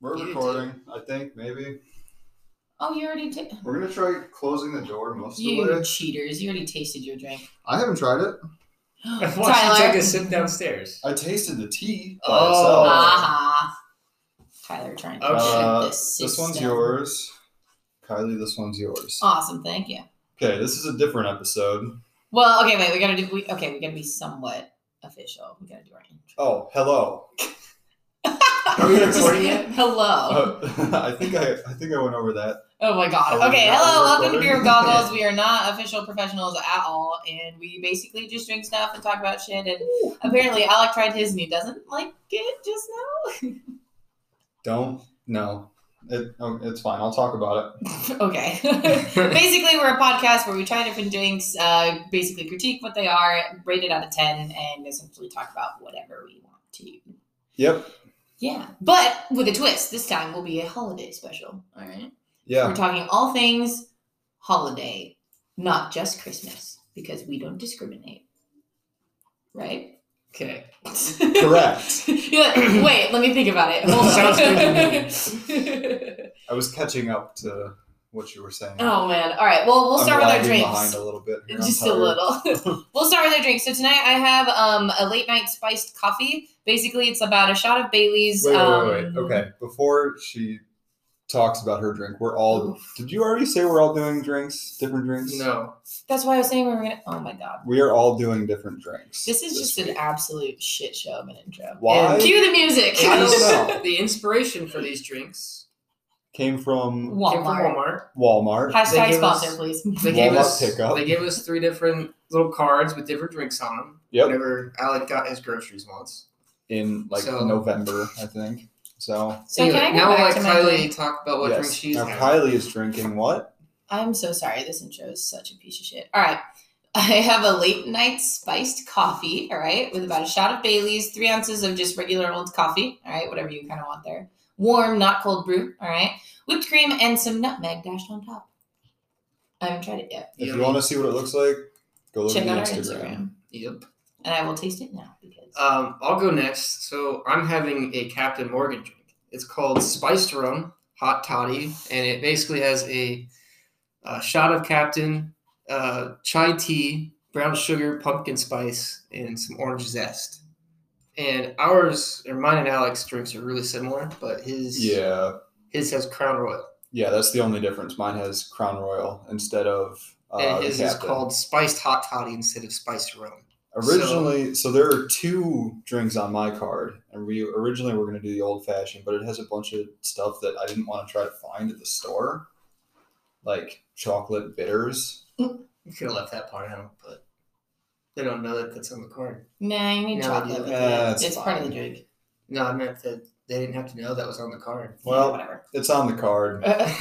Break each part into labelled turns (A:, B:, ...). A: We're
B: You do.
A: recording, I think, maybe.
B: Oh, you already did.
A: We're gonna try closing the door most
B: You
A: of the way.
B: cheaters! You already tasted your drink.
A: I haven't tried it.
C: Why don't you
B: Tyler.
C: take a sip downstairs?
A: I tasted the tea by
C: Oh.
A: itself.
B: Ah, Aha. Tyler trying to
C: Okay.
B: shut
A: Uh,
B: this.
A: This one's
B: system.
A: yours. Kylie, this one's yours.
B: Awesome, thank you.
A: Okay, this is a different episode.
B: Well, okay, wait. We gotta do. We, okay, we gotta be somewhat official. We gotta do our intro.
A: Oh, hello.
C: Are we
B: Just-
C: recording it?
B: Hello.
A: Uh, I think I I think I went over that.
B: Oh my
A: Are
B: god.
A: we-
B: Okay,
A: are we
B: hello, welcome to Beer
A: recording?
B: with Goggles. We are not official professionals at all, and we basically just drink stuff and talk about shit. And apparently, Alec tried his and he doesn't like it just
A: Don't no. It oh, it's fine. I'll talk about it.
B: now. okay. basically, we're a podcast where we try different drinks, uh, basically critique what they are, rate it out of 10, and essentially talk about whatever we want to.
A: Yep.
B: Yeah. But with a twist, this time will be a holiday special. All right. We're
A: Yeah.
B: talking all things holiday, not just Christmas, because we don't discriminate. Right?
C: Okay.
A: Correct.
B: You're like, wait, let me think about it. Hold on."
C: Sounds
A: I was catching up to what you were saying.
B: oh man. All right. Well, we'll
A: I'm
B: start with our
A: lagging behind
B: drinks.
A: a little bit. here. I'm
B: Just a
A: tired.
B: little. we'll start with our drinks. So tonight I have um, a late night spiced coffee. Basically, it's about a shot of Bailey's.
A: Wait, wait,
B: um,
A: wait, wait. Okay, before she talks about her drink, we're all. Did you already say we're all doing drinks, different drinks?
C: No.
B: That's why I was saying we were gonna. Oh my god.
A: We are all doing different drinks.
B: This is just an
A: week.
B: absolute shit show of an intro.
A: Why?
C: And
B: Cue the music.
A: I don't know.
C: The inspiration for these drinks
A: Came from
C: came from
B: Walmart.
C: Walmart.
A: Walmart.
C: They
B: Hashtag
C: gave us-
B: sponsor, please.
C: They gave
A: Walmart
C: us
A: pickup.
C: they gave us three different little cards with different drinks on them.
A: Yep.
C: Whenever Alec got his groceries once.
A: In like
C: So-
A: November, I think. So
B: So
C: Anyway,
B: can I go
C: now
B: back
C: like
B: to my
C: Kylie
B: drink?
C: talk about what
A: yes.
C: drink she's
A: now
C: having.
A: Kylie is drinking what?
B: I'm so sorry. This intro is such a piece of shit. All right. I have a late night spiced coffee, all right, with about a shot of Bailey's, three ounces of just regular old coffee, all right, whatever you kind of want there. Warm, not cold brew, all right. Whipped cream and some nutmeg dashed on top. I haven't tried it yet.
A: If you
C: Yummy.
A: want to see what it looks like, go look
B: Check
A: at
B: out our
A: the
B: Instagram.
A: Instagram. Uh,
C: Yep.
B: And I will taste it now because
C: Um, I'll go next. So I'm having a Captain Morgan drink. It's called Spiced Rum Hot Toddy, and it basically has a, uh shot of Captain, uh, chai tea, brown sugar, pumpkin spice, and some orange zest. And ours, or mine and Alex's drinks are really similar, but his
A: Yeah,
C: his has Crown Royal,
A: yeah, that's the only difference. Mine has Crown Royal instead of. Uh,
C: and
A: the
C: his is
A: Captain.
C: called Spiced Hot Toddy instead of Spiced Rum.
A: Originally, so, there are two drinks on my card, and we originally were going to do the old fashioned, but it has a bunch of stuff that I didn't want to try to find at the store, like chocolate bitters.
C: You could have left that part out, but they don't know that that's on the card.
B: nah, you need
C: No,
B: chocolate.
C: you-
B: with
A: uh,
B: it.
A: it's
B: It's, part of the
A: fine.
B: drink.
C: No, I meant that they didn't have to know that was on the card.
B: Yeah,
A: Well,
B: whatever.
A: it's on the card.
C: Eh.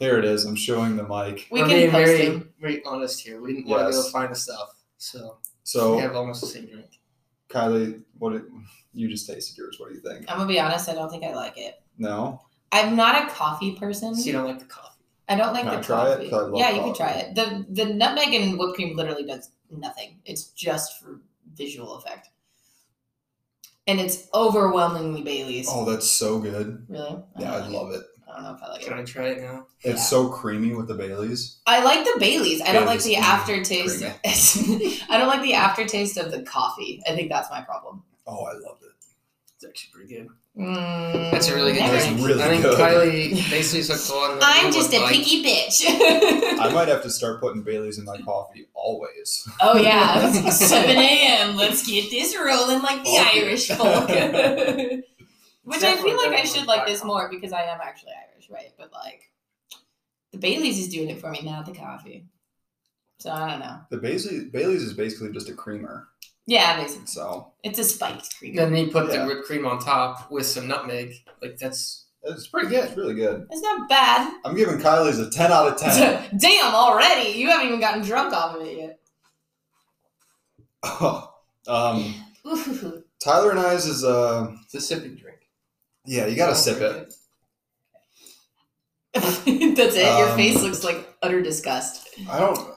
C: we
A: Here it is. I'm showing the mic.
B: We
C: are
B: can
C: being
B: post
C: very,
B: it.
C: very honest here. We didn't want to go
A: Yes.
C: find the stuff, so we
A: So,
C: have almost the same drink.
A: Kylie, what it, you just tasted yours. What do you think?
B: I'm gonna be honest, I don't think I like it.
A: No,
B: I'm not a coffee person.
C: So you don't like the coffee.
B: I don't like
A: Can
B: the
A: I try it?
B: coffee.
A: 'Cause I love
B: yeah, you can
A: coffee.
B: try it. The the nutmeg and whipped cream literally does nothing. It's just for visual effect. And it's overwhelmingly Bailey's.
A: oh, that's so good.
B: Really? I don't
A: Yeah, I
B: like
A: love it.
B: I don't know if I like
C: Can
B: it.
C: I try it now?
A: It's
B: Yeah.
A: so creamy with the Baileys.
B: I like the Bailey's. I don't like
A: Bailey's creamy.
B: the aftertaste. I don't like the aftertaste of the coffee. I think that's my problem.
A: Oh, I love it.
C: It's actually pretty good.
B: Mm,
C: That's a really good
B: never.
A: That's
C: drink.
A: really
C: I think
A: good.
C: Kylie basically took the one. That
B: I'm
C: everyone
B: just a
C: liked.
B: picky bitch.
A: I might have to start putting Baileys in my coffee always.
B: Oh yeah, 7 a.m. Let's get this rolling like the
A: Okay.
B: Irish folk. Which I
C: Definitely
B: feel like I
C: better
B: should
C: than
B: like this more
C: Black
B: because I am actually Irish, right? But like, the Bailey's is doing it for me, not the coffee. So I don't know.
A: The Bailey, Bailey's is basically just a creamer.
B: Yeah, basically,
A: So
B: it's a spiked cream.
C: Then they put
A: Yeah.
C: the whipped cream on top with some nutmeg. Like that's
A: it's
C: pretty good.
A: It's really good.
B: It's not bad.
A: I'm giving Kylie's a 10 out of 10.
B: Damn, already you haven't even gotten drunk off of it yet.
A: um,
B: Ooh.
A: Tyler and I's is, uh,
C: it's a sipping drink.
A: yeah, you gotta sip it.
B: That's it. Your
A: Um,
B: face looks like utter disgust.
A: I don't,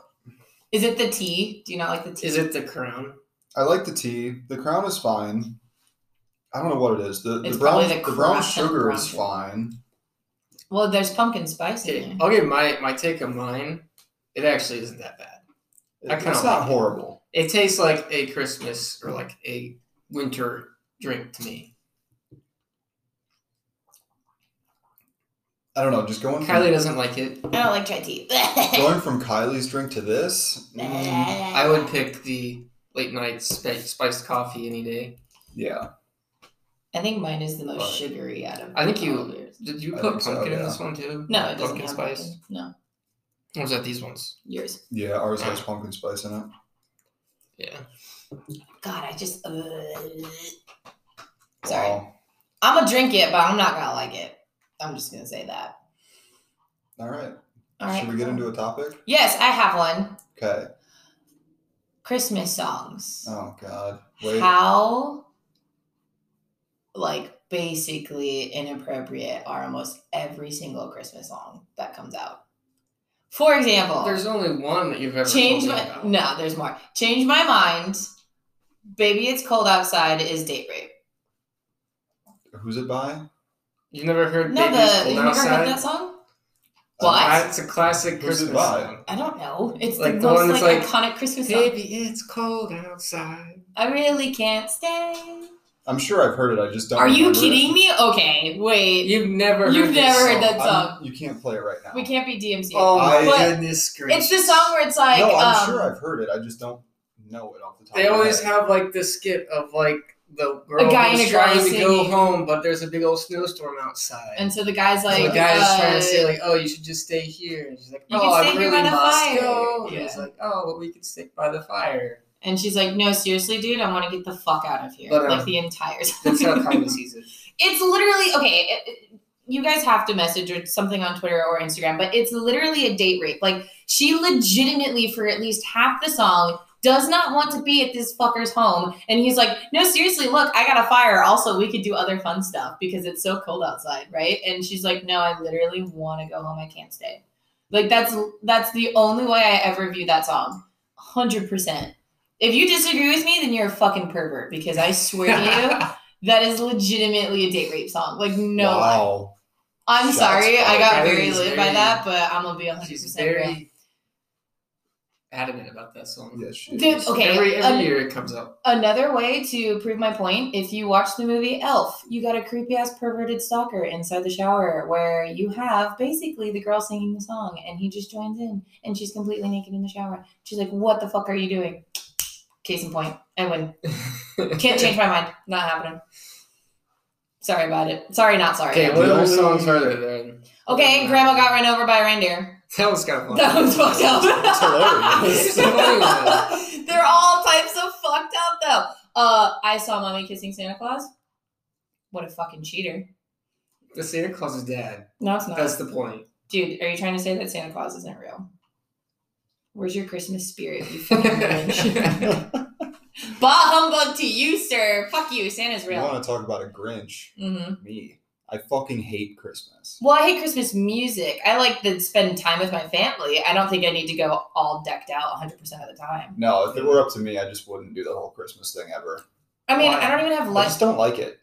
B: Is it the tea? Do you not like the tea?
C: Is it the crown?
A: I like the tea. The crown is fine. I don't know what it is. The, the
B: It's
A: brown
B: probably the
A: the, brown
B: crust and
A: sugar
B: brown
A: is
B: sugar.
A: fine.
B: Well, there's pumpkin spice in
C: Okay,
B: there.
C: I'll give my my take on mine. It actually isn't that bad. I
A: It-
C: kinda
A: it's not
C: like it.
A: horrible.
C: It tastes like a Christmas or like a winter drink to me.
A: I don't know. Just going from,
C: Kylie doesn't like it.
B: I don't like chai tea.
A: going from Kylie's drink to this. mm,
C: I would pick the late night spi- spiced coffee any day.
A: yeah,
B: I think mine is the most
A: Right.
B: sugary out of.
C: I think you-
B: all of yours.
C: Did you
A: I
C: put
A: think so,
C: pumpkin in
A: yeah.
C: this one too?
B: No, it doesn't
C: pumpkin
B: have
C: spice.
B: Pumpkin. No,
C: Or was that these ones?
B: yours.
A: yeah. Ours has pumpkin spice in it.
C: Yeah.
B: God, I just. ugh. Sorry,
A: Wow.
B: I'm gonna drink it, but I'm not gonna like it. I'm just gonna say that.
A: All right.
B: All right.
A: Should we get into a topic?
B: Yes, I have one.
A: Okay.
B: Christmas songs.
A: Oh God. Wait.
B: How, like, basically inappropriate are almost every single Christmas song that comes out. For example,
C: There's only one that you've ever
B: change
C: told me
B: my
C: about.
B: no. There's more. Change my mind. Baby, it's cold outside is date rape.
A: Who's it by?
C: You never heard
B: No,
C: Baby's
B: the
C: Cold
B: you never
C: Outside?
B: heard that song?
A: What?
B: What?
A: I-
C: It's a classic
A: Who's it
C: Christmas
A: by?
C: song.
B: I don't know. It's
C: Like
B: the,
C: the
B: most
C: one that's
B: like,
C: like,
B: iconic Christmas song.
C: Baby, it's cold outside.
B: I really can't stay.
A: I'm sure I've heard it. I just don't.
B: Are you
A: remember it.
B: kidding me? Okay, wait.
C: You've never heard
B: You've
C: this
B: never heard
C: song.
B: that-
A: I'm- You can't play it right now.
B: um, We can't be DMC.
C: Oh my
A: I-
C: goodness gracious.
B: it's the song where it's like
A: no, I'm
B: um,
A: sure I've heard it. I just don't know it off the top.
C: They
A: of my
C: always
A: head.
C: have like this skit of like the girl
B: guy
C: who's
B: and a girl
C: trying to go
B: singing.
C: home, but there's a big old snowstorm outside.
B: and so the guy's
C: so
B: like
C: the guy's
B: uh,
C: trying to say like, "Oh, you should just stay here." And she's like,
B: You
C: "Oh,
B: can
C: I
B: stay here
C: really
B: by the
C: must
B: fire."
C: go." And
B: Yeah.
C: he's like, "Oh, but we could stick by the fire."
B: and she's like, No, seriously, dude, I want to get the fuck out of here.
C: But, um,
B: like the entire song.
C: That's how Kylie sees it.
B: It's literally okay. It, it- you guys have to message or something on Twitter or Instagram, but it's literally a date rape. Like she legitimately, for at least half the song, does not want to be at this fucker's home, and he's like, "No, seriously, look, I got a fire. Also, we could do other fun stuff because it's so cold outside, right?" And she's like, "No, I literally want to go home. I can't stay." Like that's that's the only way I ever view that song. Hundred percent. If you disagree with me, then you're a fucking pervert because I swear to you. That is legitimately a date rape song. Like no, lie.
A: Wow.
B: I'm
A: Shots
B: sorry, I
A: fired.
B: got
C: Kylie
B: very
C: is
B: lit by
C: very-
B: that, but I'm gonna be 100
C: she's
B: percent real.
C: very adamant about that song.
A: Yes. she
B: Dude,
A: is.
B: okay,
C: Every every
B: um,
C: year it comes up.
B: Another way to prove my point: if you watch the movie Elf, you got a creepy ass perverted stalker inside the shower where you have basically the girl singing the song, and he just joins in, and she's completely naked in the shower. She's like, "What the fuck are you doing?" Case in point, I win. Can't change my mind. Not happening. Sorry about it. Sorry, not sorry.
C: Okay,
A: The
C: what other
A: only-
C: songs are there then?
B: Okay, grandma got run over by a reindeer.
C: That was kind of fun.
B: That was fucked up.
A: It's hilarious.
C: hilarious.
B: They're all types of fucked up though. Uh, I saw mommy kissing Santa Claus. What a fucking cheater.
C: The Santa Claus's dad.
B: No, it's not.
C: That's the point.
B: Dude, are you trying to say that Santa Claus isn't real? Where's your Christmas spirit, you fucking Grinch? bah humbug to you, sir. Fuck you. Santa's
A: You
B: real.
A: want to talk about a Grinch?
B: hmm
A: Me. I fucking hate Christmas.
B: Well, I hate Christmas music. I like to spend time with my family. I don't think I need to go all decked out 100% of the time.
A: No, if it were up to me, I just wouldn't do the whole Christmas thing ever.
B: I mean,
C: Why?
B: I don't even have
A: I
B: lunch.
A: just don't like it.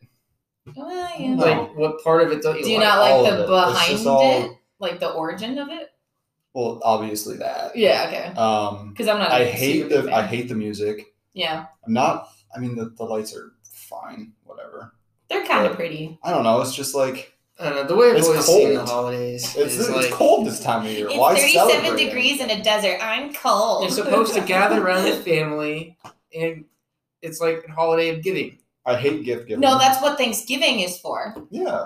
B: Well, yeah.
A: No.
C: Like, what part of it don't you
B: Do you
C: like?
B: not
A: all
B: like
A: of it.
B: the
A: It's
B: behind
A: just all-
B: it? Like the origin of it?
A: Well, obviously that.
B: Yeah, okay.
A: Um,
B: Because I'm not. a
A: I
B: super
A: hate
B: big
A: the
B: fan.
A: I hate the music.
B: Yeah,
A: I'm not. I mean, the, the lights are fine. Whatever.
B: they're kind of
A: But-
B: pretty.
A: I don't know. It's just like
C: I don't know. The way I've
A: It's
C: always seen the
A: cold.
C: holidays
A: it's,
C: is
A: it's
C: like
A: cold this time of year.
B: It's
A: Why
B: 37
A: celebrate
B: degrees in
A: anything?
B: a desert. I'm cold.
C: you're supposed to gather around the family, and it's like a holiday of giving,
A: I hate gift giving.
B: No, that's what Thanksgiving is for.
A: yeah.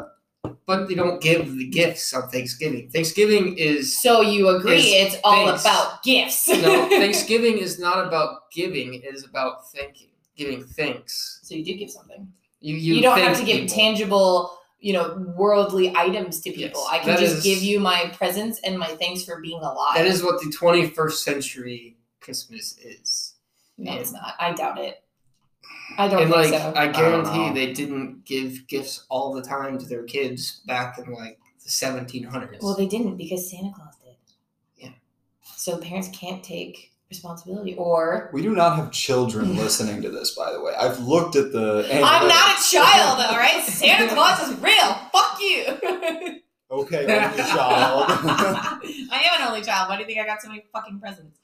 C: but they don't give the gifts on Thanksgiving. Thanksgiving is
B: So you agree? It's, all
C: thanks.
B: about gifts.
C: no Thanksgiving is not about giving; it is about thanking, giving thanks.
B: so you do give something.
C: You you,
B: You, don't have
C: thank
B: to give
C: people.
B: tangible, you know, worldly items to people.
C: Yes,
B: I can
C: that
B: just
C: is-
B: give you my presents and my thanks for being alive.
C: That is what the 21st century Christmas is.
B: no, it's not. I doubt it. I don't
C: and
B: think
C: like
B: so.
C: I guarantee
A: know.
C: they didn't give gifts all the time to their kids back in like the 1700s.
B: Well, they didn't because Santa Claus did.
C: Yeah.
B: So parents can't take responsibility or
A: We do not have children listening to this, by the way. I've looked at the.
B: I'm not a child, all right? Santa Claus is real. Fuck you.
A: Okay, only child.
B: I am an only child. Why do you think I got so many fucking presents?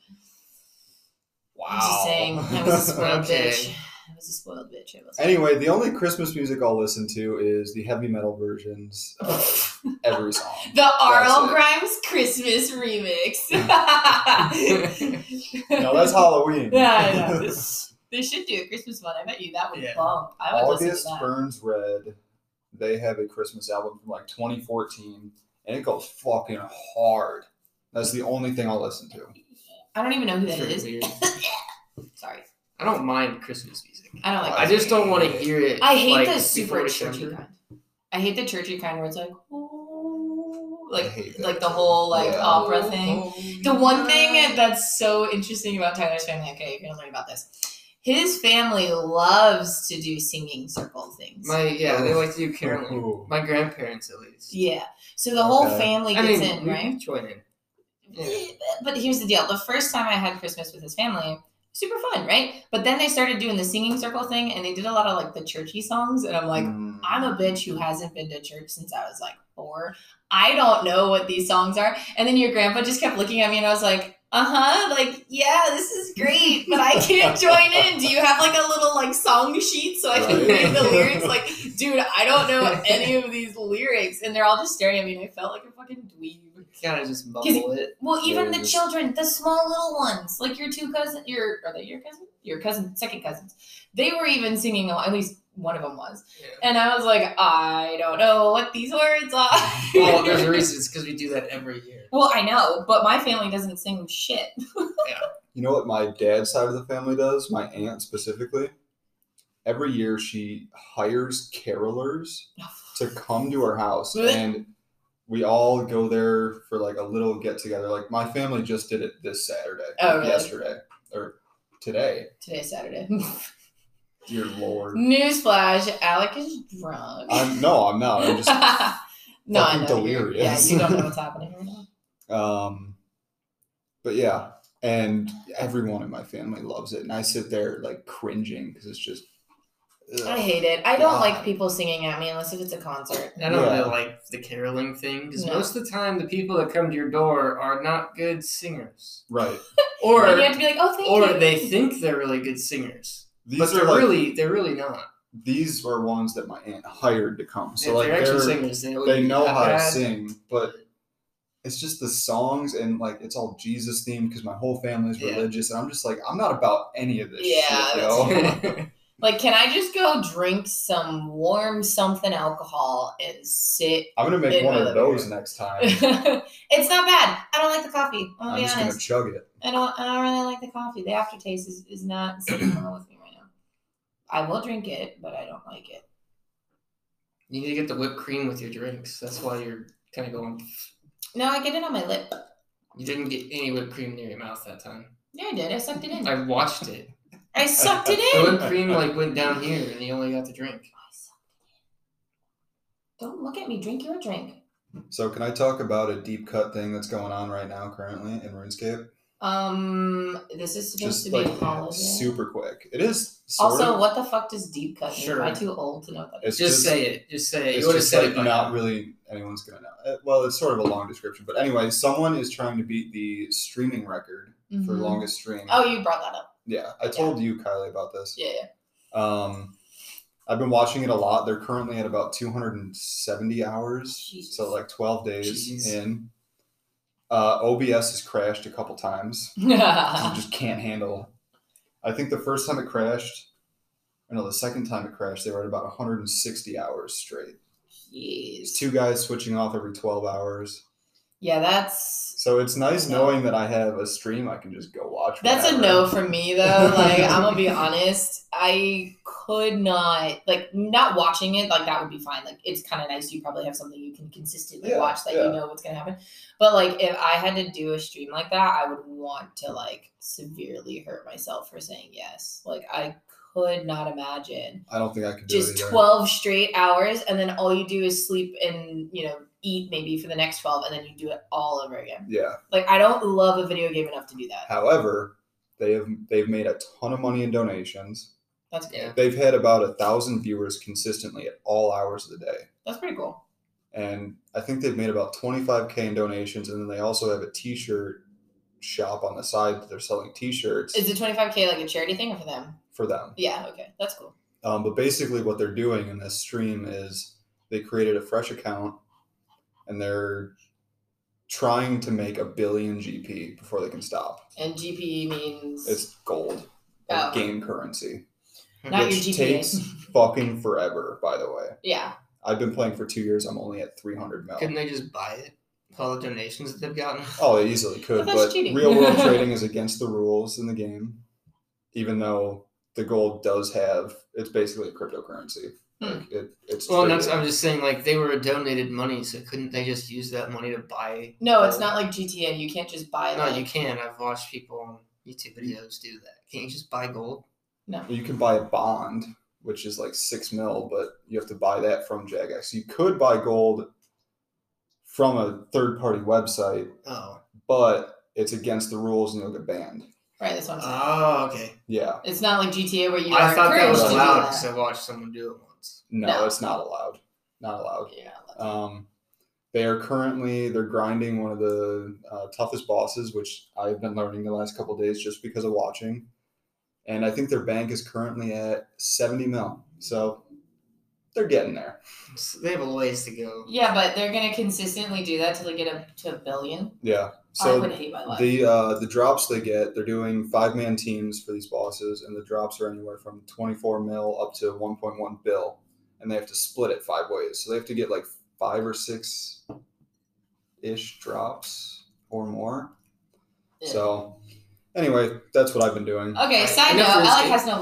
B: I'm just saying, I was a spoiled
C: Okay.
B: bitch. I was a spoiled bitch. I was.
A: Anyway, the only Christmas music I'll listen to is the heavy metal versions of every song.
B: The Arl
A: it.
B: Grimes Christmas remix.
A: No, that's Halloween.
B: Yeah, I know. This- they should do a Christmas one. I bet you that would
C: Yeah.
B: bump. I would
A: August
B: listen to that.
A: Burns Red. They have a Christmas album from like 2014, and it goes fucking hard. That's the only thing I'll listen to.
B: I don't even know who that
C: Pretty
B: is.
C: weird.
B: Sorry,
C: I don't mind Christmas music.
B: I don't like.
C: I
B: that.
C: just don't want to hear it.
B: I hate
C: like,
B: the super
C: before
B: churchy
C: December.
B: kind. I hate the churchy kind where it's like, "Ooh,"
A: I
B: like
A: hate that
B: like the
A: too.
B: whole like
A: Yeah.
B: opera thing.
C: Oh,
B: The one thing
C: yeah.
B: that's so interesting about Tyler's family, okay, you're gonna learn about this. His family loves to do singing circle things.
C: my yeah, they like to do caroling.
A: Ooh.
C: My grandparents at least.
B: yeah. So the whole
A: Okay.
B: family
C: I
B: gets
C: mean,
B: in,
C: we
B: right?
C: join in. Yeah.
B: But here's the deal. The first time I had Christmas with his family, super fun, right? But then they started doing the singing circle thing and they did a lot of like the churchy songs and I'm like,
A: Mm.
B: I'm a bitch who hasn't been to church since I was like four. I don't know what these songs are. And then your grandpa just kept looking at me and I was like, uh huh, like, yeah, this is great, but I can't join in. Do you have like a little like song sheet so I can
A: Right.
B: read the lyrics? Like, dude, I don't know any of these lyrics. And they're all just staring at me and I felt like a fucking dweeb.
C: Kind of just mumble it.
B: Well,
A: Yeah,
B: even the
A: just-
B: children, the small little ones, like your two cousins, your are they your cousin, your cousin, second cousins, they were even singing. al- At least one of them was,
C: Yeah.
B: and I was like, I don't know what these words
A: Oh,
C: Well, there's a
B: are.
C: reason. It's because we do that every year.
B: well, I know, but my family doesn't sing shit.
A: You know what my dad's side of the family does? My aunt specifically. Every year she hires carolers to come to her house and we all go there for like a little get together. Like my family just did it this Saturday.
B: Oh, really?
A: Yesterday. Or today.
B: Today's Saturday.
A: Dear Lord.
B: Newsflash: Alec is drunk.
A: I'm no, I'm not. I'm just
B: no, I
A: fucking
B: know. You're- Yeah,
A: delirious.
B: you don't know what's happening right now.
A: um but yeah. And everyone in my family loves it. And I sit there like cringing because it's just
B: I
A: ugh.
B: hate it. I don't like
A: God.
B: people singing at me unless if it's a concert.
C: I don't
A: Yeah.
C: really like the caroling thing because
B: No.
C: most of the time the people that come to your door are not good singers,
A: right.
C: or
B: and you have to be like, oh, thank
C: or
B: you.
C: they think they're really good singers,
A: These
C: but they're
A: are like
C: really they're really not.
A: these were ones that my aunt hired to come. So
C: if
A: like
C: they're
A: they're,
C: actually singers, they, would
A: they
C: be
A: know how to
C: bad.
A: sing, but it's just the songs and like it's all Jesus themed because my whole family's
C: Yeah.
A: religious, and I'm just like I'm not about any of this.
B: Yeah,
A: shit,
B: that's
A: yo.
B: true. Like, can I just go drink some warm something alcohol and sit?
A: I'm gonna make
B: In
A: one
B: my
A: of
B: living
A: those
B: room.
A: next time.
B: it's not bad. I don't like the coffee. I'm gonna
A: I'm
B: be
A: just gonna
B: honest.
A: chug it.
B: I don't. I don't really like the coffee. The aftertaste is, is not sitting well with me right now. I will drink it, but I don't like it.
C: you need to get the whipped cream with your drinks. That's why you're kind of going.
B: No, I get it on my lip.
C: You didn't get any whipped cream near your mouth that time.
B: Yeah, I did. I sucked it in.
C: I watched it.
B: I sucked it
C: The
B: in.
C: whipped cream like went down here, and you only got the drink.
B: Don't look at me. Drink your drink.
A: So can I talk about a deep cut thing that's going on right now currently in RuneScape?
B: Um, this is
A: Just
B: supposed to be
A: like
B: a holiday.
A: super quick. It is sort
B: also,
A: of,
B: what the fuck does deep cut mean?
C: Sure.
B: Am I too old to know what that?
A: it's
C: just, say it. Just say it.
A: it's
C: you would have
A: just
C: said
A: like
C: it by
A: not
C: now.
A: really anyone's gonna know. Uh, Well, it's sort of a long description, but anyway, someone is trying to beat the streaming record
B: is?
A: for
B: Mhm.
A: longest stream.
B: Oh, you brought that up.
A: Yeah, I told you, Kylie, about this.
B: Yeah. yeah.
A: Um, I've been watching it a lot. They're currently at about 270 hours,
B: Jesus.
A: so like 12 days
C: Jeez.
A: in. Uh, OBS has crashed a couple times. I
B: yeah,
A: just can't handle. I think the first time it crashed, or no, the second time it crashed, they were at about 160 hours straight. It's two guys switching off every 12 hours.
B: that's
A: So it's nice
B: No.
A: knowing that I have a stream I can just go watch.
B: that's a
A: whenever.
B: no for me though. Like I'm gonna be honest, I could not like not watching it. Like that would be fine. Like it's kind of nice. You probably have something you can consistently
A: Yeah,
B: watch that you
A: yeah.
B: know what's gonna happen. But like if I had to do a stream like that, I would want to like severely hurt myself for saying yes. Like I could not imagine
A: I don't think I could do
B: just
A: it. either.
B: 12 straight hours and then all you do is sleep and you know eat maybe for the next 12 and then you do it all over again
A: Yeah.
B: like i don't love a video game enough to do that
A: However, They have they've made a ton of money in donations.
B: That's good.
C: Yeah.
A: They've had about a thousand viewers consistently at all hours of the day,
B: That's pretty cool.
A: and I think they've made about twenty five k in donations. And then they also have a t shirt shop on the side that they're selling t shirts
B: Is the 25K like a charity thing or for them?
A: for them.
B: Yeah, okay. That's cool.
A: Um, but basically, what they're doing in this stream is they created a fresh account and they're trying to make a billion GP before they can stop.
B: And GP means
A: It's gold,
B: Oh.
A: like game currency,
B: Not your
A: which
B: GPA.
A: takes fucking forever. By the way,
B: yeah.
A: I've been playing for two years. I'm only at 300
C: Couldn't
A: mil.
C: they just buy it? with All the donations that they've gotten.
A: Oh, they easily could,
B: But that's
A: but
B: cheating.
A: real world trading is against the rules in the game, even though the gold does have. It's basically a cryptocurrency.
B: Hmm.
A: Like it, it's
C: Well, that's
A: traded.
C: I'm just saying like they were donated money, so couldn't they just use that money to buy?
B: No, it's not like GTA. You can't just buy
C: Oh. No,
B: like,
C: you can. I've watched people on YouTube videos do that. Can't you just buy gold?
A: You can buy a bond, which is like six mil, but you have to buy that from Jagex. You could buy gold from a third party website,
C: Oh.
A: but it's against the rules and you'll get banned.
B: Right, that's what I'm saying.
C: Oh, okay.
A: Yeah,
B: it's not like GTA where you are
C: I thought that
B: encouraged
C: was
B: to do
C: allowed
B: that.
C: because I watched someone do it once.
A: no,
B: No.
A: it's not allowed. Not allowed.
B: Yeah, I love that.
A: Um, they are currently they're grinding one of the uh, toughest bosses, which I've been learning the last couple days just because of watching. And I think their bank is currently at seventy mil, so they're getting there.
C: So they have a ways to go.
B: yeah, but they're gonna consistently do that till they get up to a billion.
A: Yeah.
B: I
A: So
B: would hate my life.
A: The uh, the drops they get, they're doing five man teams for these bosses, and the drops are anywhere from twenty four mil up to one point one bill, and they have to split it five ways. So they have to get like five or six ish drops or more.
B: Yeah.
A: So anyway, that's what I've been doing.
B: Okay,
C: Right,
B: side note,
C: enough for
B: Alec
C: escape.
B: has no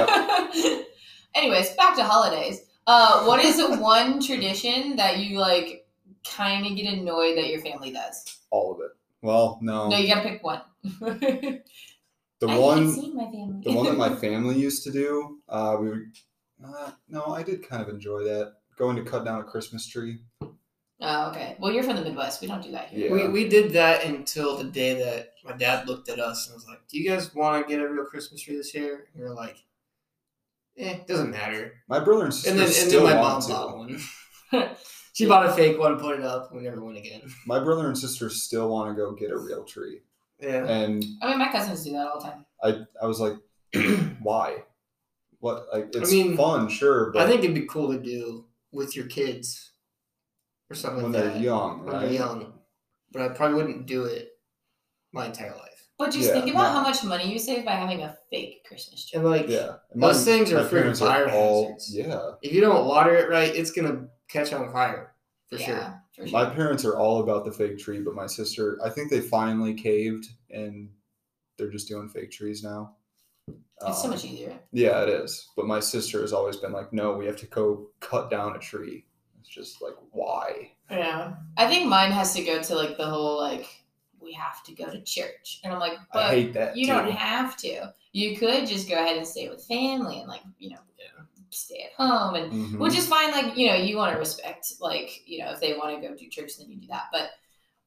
B: life. Anyways, back to holidays. Uh, what is one tradition that you like kind of get annoyed that your family does?
A: All of it. Well, no,
B: No, you gotta pick one. the
A: Um, the
B: I haven't
A: one
B: seen my family.
A: the one that my family used to do. Uh, we would, uh, no, I did kind of enjoy that going to cut down a Christmas tree.
B: oh, okay. Well, you're from the Midwest. We don't do that here.
A: Yeah.
C: We, we did that until the day that my dad looked at us and was like, Do you guys want to get a real Christmas tree this year? And we were like, Eh, doesn't matter.
A: My brother and sister
C: And then, and
A: still
C: then my mom
A: want to.
C: bought one. she bought a fake one, put it up, and we never went again.
A: my brother and sister still want to go get a real tree
C: Yeah.
A: and
B: I mean, my cousins do that all the time.
A: i i was like why what like it's
C: mean,
A: fun sure but
C: I think it'd be cool to do with your kids or something
A: when
C: like
A: they're
C: that.
A: young
C: when
A: right
C: they're young. But I probably wouldn't do it my entire life.
B: But just
A: Yeah,
B: think about
A: no.
B: how much money you save by having a fake Christmas tree.
C: And like,
A: yeah
C: Those things
A: my
C: are friggin'
A: parents
C: fire
A: all,
C: hazards.
A: yeah
C: if you don't water it right, it's gonna catch on fire for
B: yeah,
C: sure.
B: for sure.
A: my parents are all about the fake tree but my sister i think they finally caved and they're just doing fake trees now
B: it's so
A: Um,
B: much easier.
A: yeah it is but my sister has always been like no we have to go cut down a tree it's just like why
B: Yeah. I think mine has to go to like the whole like we have to go to church. And I'm like,
A: i
B: but
A: hate that
B: you
A: too.
B: don't have to. You could just go ahead and stay with family and like, you know, stay at home and
A: Mhm.
B: which is fine, like, you know, you want to respect like, you know, if they want to go do church then you do that. But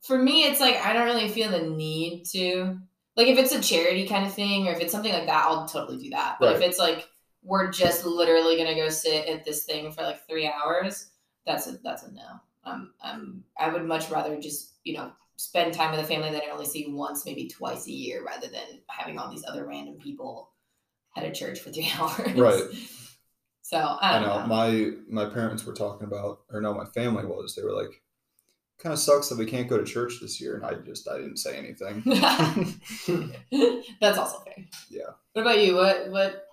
B: for me it's like I don't really feel the need to like if it's a charity kind of thing or if it's something like that, I'll totally do that. But if
A: Right.
B: it's like we're just literally gonna go sit at this thing for like three hours, that's a that's a no. Um, um, I would much rather just you know spend time with a family that I only see once, maybe twice a year, rather than having all these other random people at a church for three hours.
A: Right.
B: So I
A: I
B: don't
A: know
B: know.
A: my my parents were talking about, or no, my family was. They were like, "Kind of sucks that we can't go to church this year," and I just I didn't say anything.
B: That's also fair.
A: Yeah.
B: What about you? What what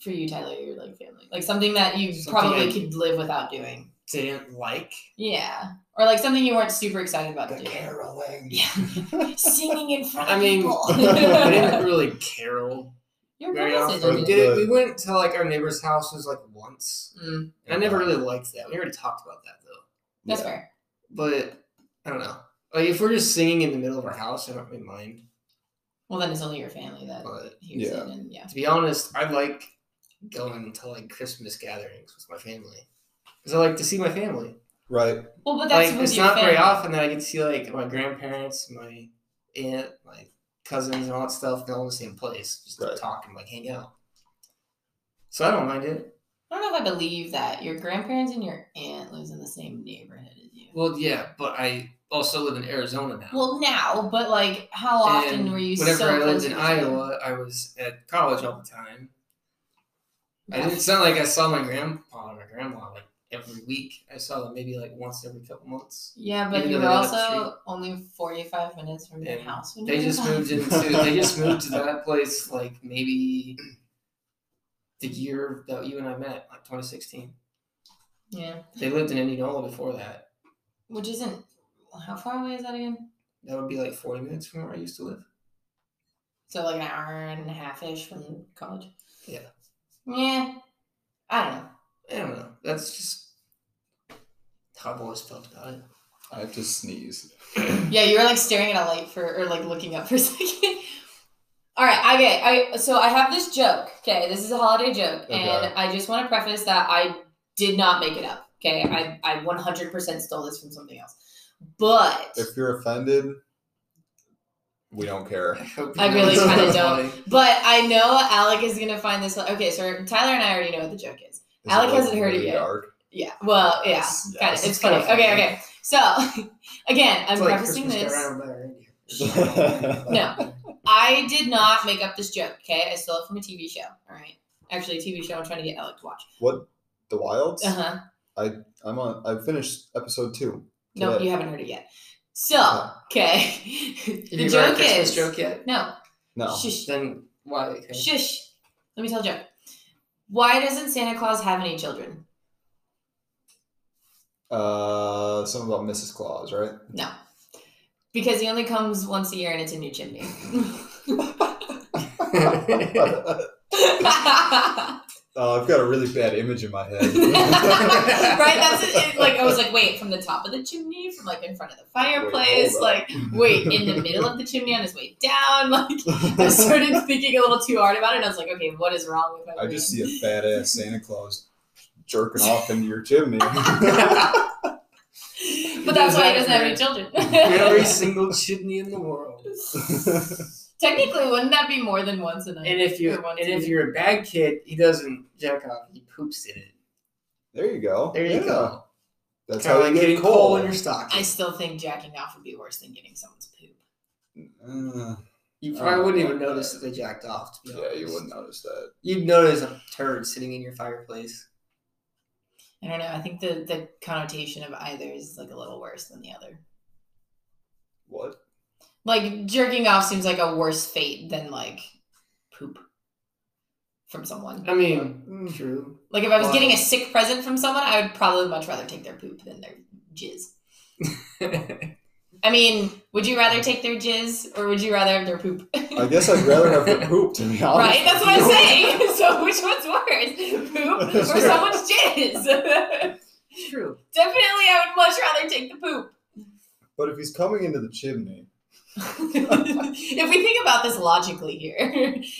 B: for you, Tyler? Your like family, like something that you
C: Something
B: probably
C: I-
B: could live without doing.
C: Didn't like
B: Yeah, or like something you weren't super excited about
C: the
B: doing.
C: caroling.
B: Yeah, singing in front of
C: I mean,
B: people.
C: we didn't really carol.
B: Your
C: very
B: grandma
C: often.
B: said
C: We
B: you
A: often.
B: did.
C: did it. We went to like our neighbor's houses like once,
B: Mm,
C: and I never really liked that. We already talked about that though.
B: that's
A: Yeah.
B: fair.
C: But I don't know. Like if we're just singing in the middle of our house, I don't really mind.
B: Well, then it's only your family that
C: But
B: hears
A: Yeah.
B: it, and yeah,
C: to be honest, I like going to like Christmas gatherings with my family because I like to see my family.
A: Right.
B: Well, but that's
C: like
B: with
C: it's
B: your
C: not
B: family.
C: very often that I get to see like my grandparents, my aunt, my cousins and all that stuff, they're all in the same place, just
A: Right.
C: talk and like hang out. So I don't mind it.
B: I don't know if I believe that your grandparents and your aunt lives in the same neighborhood as you.
C: Well, yeah, but I also live in Arizona now.
B: Well, now, but like, how often
C: And
B: were you
C: Whenever
B: so
C: I
B: close
C: lived in
B: to each other?
C: Iowa, I was at college all the time. I
B: Yeah.
C: didn't, it's not like I saw my grandpa and my grandma like every week. I saw them maybe like once every couple months.
B: Yeah, but
C: Even
B: you
C: though
B: were
C: they live up the
B: also only forty-five minutes from your
C: And
B: house. When
C: They
B: you
C: just
B: were
C: moved into they just moved to that place like maybe the year that you and I met, like 2016.
B: Yeah,
C: They lived in Indianola before that.
B: which isn't how far away is that again?
C: That would be like 40 minutes from where I used to live.
B: So like an hour and a half ish from college.
C: Yeah.
B: Yeah, I don't know.
C: I don't know. That's just how I've always felt about it.
A: I have to sneeze.
B: Yeah, you were like staring at a light for, or like looking up for a second. All right, okay. I so I have this joke. Okay, this is a holiday joke,
A: Okay.
B: and I just want to preface that I did not make it up. Okay, I I one hundred percent stole this from something else, but
A: If you're offended, we don't care.
C: I, hope
B: I really
C: kinda
B: kinda don't. But I know Alec is gonna find this. Okay, so Tyler and I already know what the joke is.
A: Is
B: Alec
A: like,
B: hasn't heard it
A: really
B: yet.
A: Dark?
B: Yeah. Well, yeah.
A: Yes,
B: Kind of.
A: yes.
B: It's
C: It's
B: funny.
C: kinda funny.
B: Okay. Okay. So, again, I'm
C: It's like
B: prefacing
C: Christmas
B: this.
C: Carol by Reindeer.
B: No. I did not make up this joke. Okay, I stole it from a TV show. All right. Actually, a TV show I'm trying to get Alec to watch.
A: What? The Wilds?
B: Uh huh.
A: I'm on. I finished episode two.
B: No,
A: Today.
B: you haven't heard it yet. So,
C: Uh-huh.
B: okay.
C: If
B: the
C: you've heard a
B: joke
C: Christmas
B: is
C: joke yet?
B: no.
A: No.
B: Shush.
C: Then why? okay.
B: Shush. Let me tell a joke. Why doesn't Santa Claus have any children?
A: Uh, something about Mrs. Claus, right?
B: No. Because he only comes once a year and it's a new chimney. right?
A: Uh, I've got a really bad image in my head.
B: That's it, it- Like, I was like, wait, from the top of the chimney, from like in front of the fireplace,
A: up.
B: like, wait, in the middle of the chimney on his way down. Like, I started thinking a little too hard about it. And I was like, okay, what is wrong with my
A: I
B: brain?
A: just see a fat ass Santa Claus jerking off into your chimney.
B: but that's why he
C: Does
B: doesn't have any
C: that
B: children.
C: Every single chimney in the world.
B: Technically, wouldn't that be more than once a night?
C: And if you're
B: Or once
C: and
B: a
C: if
B: year?
C: you're a bad kid, he doesn't jack off. He poops in it.
A: there you go.
C: There you
A: Yeah.
C: go.
A: That's
C: Kinda
A: how
C: like
A: you
C: getting
A: get
C: coal.
A: coal.
C: in your
B: I
C: stocking.
B: still think jacking off would be worse than getting someone's poop.
A: Uh,
C: you probably wouldn't even
A: Oh, yeah.
C: notice that they jacked off. To
A: yeah,
C: be
A: you
C: honest.
A: wouldn't notice that.
C: You'd notice a turd sitting in your fireplace.
B: I don't know. I think the the connotation of either is like a little worse than the other.
A: What?
B: Like jerking off seems like a worse fate than like poop from someone.
C: I mean, true.
B: Like if I was
C: Wow.
B: getting a sick present from someone, I would probably much rather take their poop than their jizz. I mean, would you rather take their jizz or would you rather have their poop?
A: I guess I'd rather have the poop, to be honest.
B: right? That's what I'm saying. so which one's worse, poop or
A: Sure.
B: someone's jizz?
C: true.
B: Definitely, I would much rather take the poop.
A: But if he's coming into the chimney,
B: if we think about this logically here,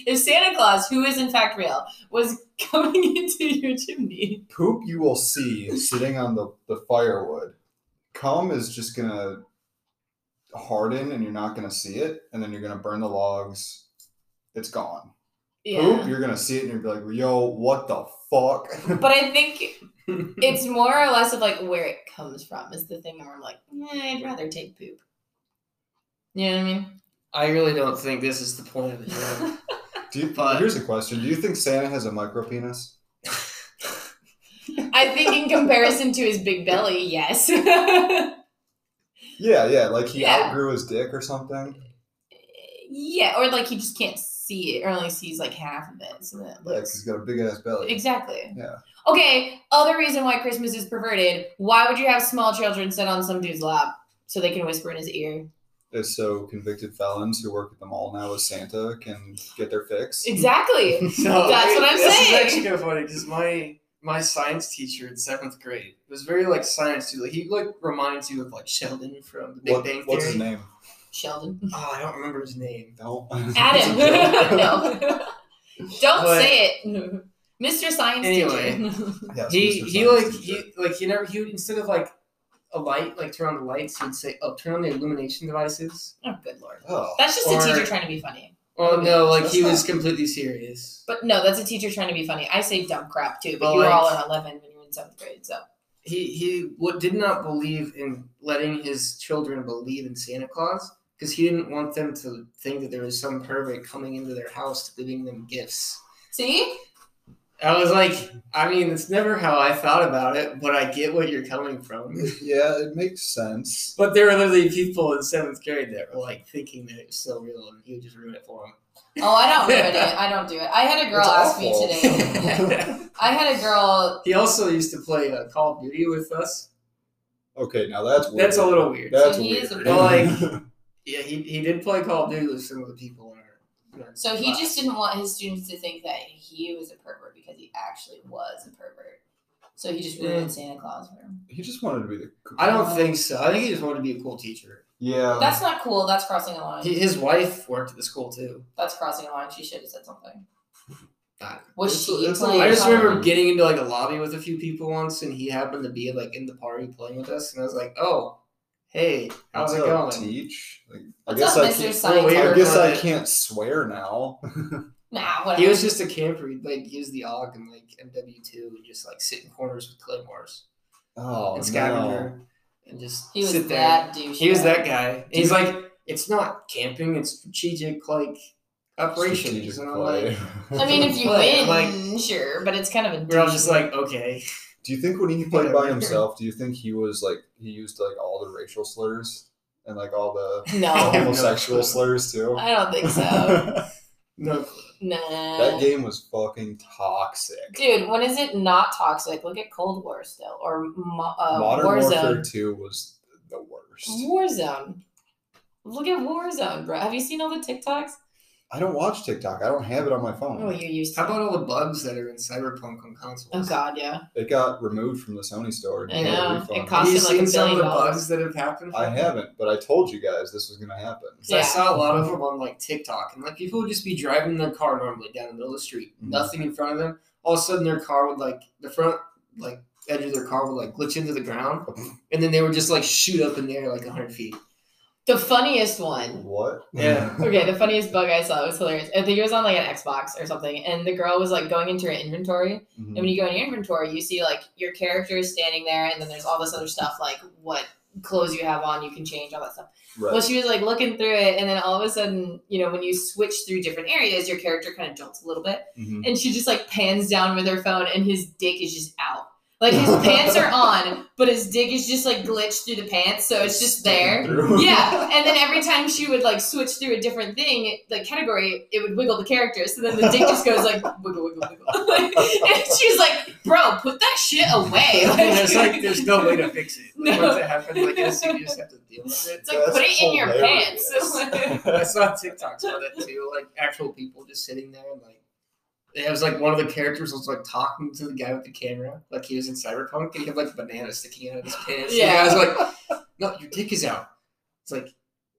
B: if Santa Claus, who is in fact real, was coming into your chimney,
A: poop you will see sitting on the, the firewood. Cum is just gonna harden and you're not gonna see it, and then you're gonna burn the logs. It's gone. Poop, you're gonna see it and you're gonna be like, yo, what the fuck?
B: But I think it's more or less of like where it comes from is the thing where I'm like, eh, I'd rather take poop. You know what I mean?
C: I really don't think this is the point of the joke.
A: Do you,
C: But-
A: here's a question. Do you think Santa has a micro penis?
B: I think in comparison to his big belly, yes.
A: Yeah, yeah. Like he
B: Yeah.
A: outgrew his dick or something.
B: yeah, or like he just can't see it, or only sees like half of it. So that
A: Yeah, 'cause he's got a big ass belly.
B: Exactly.
A: Yeah.
B: Okay, other reason why Christmas is perverted. Why would you have small children sit on some dude's lap so they can whisper in his ear?
A: If so convicted felons who work at the mall now as Santa can get their fix.
B: Exactly.
C: So
B: That's what I'm
C: this
B: saying.
C: is actually kind of funny because my my science teacher in seventh grade was very like science too. Like he like reminds you of like Sheldon from The Big
A: What,
C: Bang
A: what's his
C: Theory.
A: name?
B: Sheldon.
C: Oh, I don't remember his name.
A: No.
B: Adam. no. Don't
C: But-
B: say it. Mr. Science
C: Anyway.
B: teacher.
A: Yes,
C: he
A: Mr.
C: he
A: Science
C: like
A: teacher.
C: he like he never he would instead of like a light, like turn on the lights, he'd say, "Oh, turn on the illumination devices."
B: Oh, good lord.
A: Oh,
B: That's just
C: Or-
B: a teacher trying to be funny.
C: Oh no, like
A: That's
C: he
A: not-
C: was completely serious.
B: But no, that's a teacher trying to be funny. I say dumb crap too, but
C: Well,
B: you were
C: like-
B: all in 11 when you were in seventh grade, so.
C: he he what did not believe in letting his children believe in Santa Claus because he didn't want them to think that there was some pervert coming into their house giving them gifts.
B: See?
C: I was like, I mean, it's never how I thought about it, but I get what you're coming from.
A: yeah, it makes sense.
C: But there were literally people in seventh grade that were like thinking that it was so real, and he would just ruin it for
B: Oh, I don't ruin it. I don't do it. I had a girl
A: It's
B: ask
A: awful.
B: me today.
C: them.
B: I had a girl.
C: he also used to play uh, Call of Duty with us.
A: Okay, now that's weird.
C: That's a little weird.
A: That's
B: So he is
A: weird.
B: a
C: Well, Yeah, he, he did play Call of Duty with some of the people in our. in our
B: So he
C: class.
B: just didn't want his students to think that he was a pervert because he actually was a pervert. So he just ruined Santa Claus for him.
A: he just wanted to be the. cool-
C: I don't think so. I think he just wanted to be a cool teacher.
A: Yeah.
B: That's not cool. That's crossing a line.
C: Um, He, his wife worked at the school too.
B: That's crossing a line. She should have said something.
C: God.
B: Was
A: It's-
B: she?
A: it's a-
B: playing
C: I just
B: Call of
C: remember
B: Duty?
C: getting into like a lobby with a few people once, and he happened to be like in the party playing with us, and I was like, "Oh, hey, how's
A: What's
C: it
A: up,
C: going?"
A: Teach. Like, I
B: What's
A: guess
B: up,
A: I
B: Mr.
A: can't.
B: Science?
C: Well,
A: I
C: we-
A: guess I
C: Alright.
A: can't swear now.
B: Nah, whatever.
C: He was just a camper. He'd like use the AUG and like MW two, and just like sit in corners with claymores
A: Oh
C: and
A: no.
C: scavenger, and just
B: He was
C: sit there.
B: that douche.
C: He was that guy. And he's like, "It's not camping. It's strategic like operations."
A: Strategic
C: And I'm
A: play.
C: like,
B: I mean, if you
C: Play,
B: win,
C: like-
B: sure, but it's kind of a.
C: we're all
B: douche.
C: just like, "Okay."
A: do you think when he played by
C: Whatever.
A: himself, do you think he was like he used like all the racial slurs and like all the
B: No,
A: homosexual slurs too?
B: I don't think so.
C: No
B: Nah.
A: that game was fucking toxic.
B: Dude, when is it not toxic? Look at Cold War still, or Mo- uh,
A: Modern Warfare
B: Warzone.
A: Two was the worst.
B: Warzone. Look at Warzone, bro. Have you seen all the TikToks?
A: I don't watch TikTok. I don't have it on my phone.
B: Oh, you're used
C: How
B: to. it.
C: about all the bugs that are in Cyberpunk on consoles?
B: Oh God, yeah.
A: It got removed from the Sony store.
B: I
A: You got a
B: know.
A: refund.
B: It
C: Have
B: cost-
C: you
B: Costed like
C: seen
B: a
C: some of
B: billion
C: the
B: dollars.
C: bugs that have happened?
A: I haven't, but I told you guys this was gonna happen.
C: 'Cause I
B: Yeah.
C: saw a lot of them on like TikTok, and like people would just be driving their car normally down the middle of the street,
B: Mm-hmm.
A: Mhm.
C: nothing in front of them. All of a sudden, their car would like the front like edge of their car would like glitch into the ground, and then they would just like shoot up in the air like hundred feet.
B: The funniest one.
A: What?
C: Yeah.
B: Okay, the funniest bug I saw was hilarious. I think it was on like an Xbox or something, and the girl was like going into her inventory,
A: Mm-hmm.
B: And when you go in your inventory, you see like your character is standing there, and then there's all this other stuff like what clothes you have on, you can change all that stuff.
A: Right.
B: Well, she was like looking through it, and then all of a sudden, you know, when you switch through different areas, your character kind of jolts a little bit,
A: Mhm.
B: and she just like pans down with her phone, and his dick is just out. Like his pants are on, but his dick is just like glitched through the pants, so it's just there.
A: Through.
B: Yeah, and then every time she would like switch through a different thing, like category, it would wiggle the character. So then the dick just goes like wiggle, wiggle, wiggle. and she's like, "Bro, put that shit away."
C: And
B: Like,
C: there's like there's no way to fix it. Like,
B: No.
C: Once it happens, like this, you just have to deal with it.
B: it's like put it in your pants.
C: I saw TikToks about that too, like actual people just sitting there and like it was like one of the characters was like talking to the guy with the camera, like he was in Cyberpunk, and he had like a banana sticking out of his pants.
B: Yeah.
C: And the guy was like, No, your dick is out. It's like,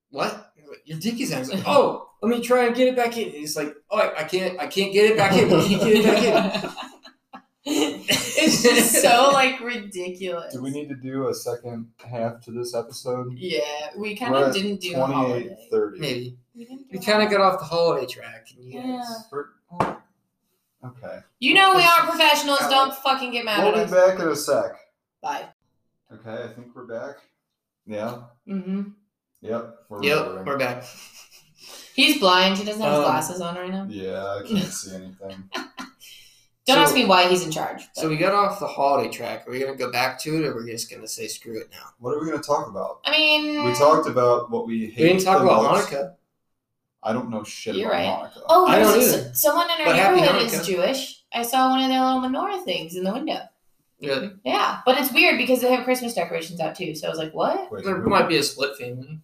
C: What? He's like, Your dick is out. He's like, Oh, let me try and get it back in. And he's like, Oh, I, I can't I can't get it back in. I can't get it back in.
B: it's just so like ridiculous.
A: Do we need to do a second half to this episode?
B: yeah, we kind
A: We're
B: of
A: at
B: didn't do a
A: Twenty-eight
B: holiday.
A: thirty.
C: Maybe.
B: We didn't do
C: We
B: a
C: kinda got off the holiday track and you
B: Yeah.
A: Okay.
B: You know we are professionals. Don't fucking get mad
A: We'll
B: at
A: be
B: us.
A: back in a sec.
B: Bye.
A: Okay, I think we're back. Yeah.
B: hmm
A: Yep. We're
C: Yep,
A: recording.
C: we're back.
B: He's blind. He doesn't have his
C: Um,
B: glasses on right now.
A: Yeah, I can't see anything.
B: Don't
C: so-
B: ask me why he's in charge. but-
C: So we got off the holiday track. Are we gonna go back to it or we're just gonna say screw it now?
A: What are we gonna talk about?
B: I mean,
A: We talked about what we hate.
C: We didn't talk
A: the
C: about
A: most.
C: Hanukkah.
A: I don't know shit
B: You're
A: about Hanukkah.
B: Oh,
C: I
B: there's
C: don't
B: a-
C: either.
B: someone in our
C: But happy
B: neighborhood
C: Hanukkah.
B: is Jewish. I saw one of their little menorah things in the window.
C: Really?
B: Yeah, but it's weird because they have Christmas decorations out too. So I was like, what?
A: Wait,
C: There
A: who-
C: might be a split family.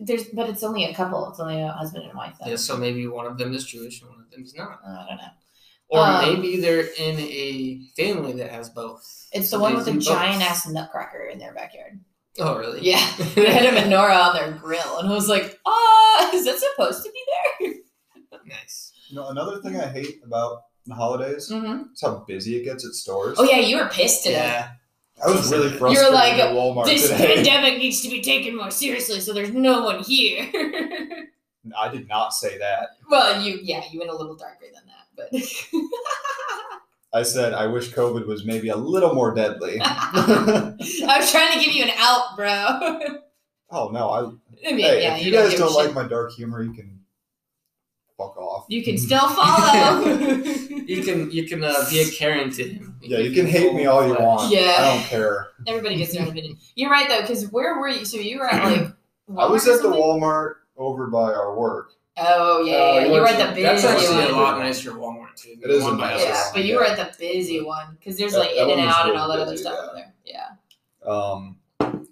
B: There's, but it's only a couple. It's only a husband and wife. Though.
C: Yeah, so maybe one of them is Jewish and one of them is not.
B: Uh, I don't know.
C: Or
B: Um,
C: maybe they're in a family that has both.
B: It's
C: So
B: the one
C: they
B: with a
C: do both.
B: giant ass nutcracker in their backyard.
C: Oh, really?
B: Yeah, they had a menorah on their grill, and I was like, ah, is that supposed to be
C: nice.
A: You know, another thing I hate about the holidays
B: there? Mm-hmm.
A: is how busy it gets at stores.
B: Oh yeah, you were pissed today.
C: Yeah.
A: I was really
C: You're
A: frustrated
B: like,
A: at Walmart
B: This
A: today.
B: pandemic needs to be taken more seriously, so there's no one here.
A: I did not say that.
B: well, you yeah, you went a little darker than that, but
A: I said I wish COVID was maybe a little more deadly.
B: I was trying to give you an out, bro. I
A: oh no, I
B: mean,
A: hey,
B: yeah,
A: if you,
B: don't
A: guys
B: give a
A: don't
B: shit.
A: like my dark humor, you can fuck off.
B: you can still follow.
C: You can you can uh, be a Karen to him.
A: yeah, you can hate me all you want.
B: Yeah.
A: I don't care.
B: Everybody gets their own opinion. You're right though, because where were you? So you were at like.
A: I was
B: Walmart
A: at
B: or
A: the Uh,
B: something?
A: Walmart over by our work.
B: Oh yeah, yeah, yeah. you were at the busy
C: That's actually
B: one.
C: a lot nicer Walmart too.
A: It is
C: One
A: a
C: by
A: nice
C: us.
B: Yeah,
A: one.
B: but you were at the busy one because there's
A: That-
B: like
A: that
B: In
A: one
B: and
A: was
B: Out and
A: really
B: all that other
A: busy,
B: stuff
A: yeah.
B: over there. Yeah.
A: Um,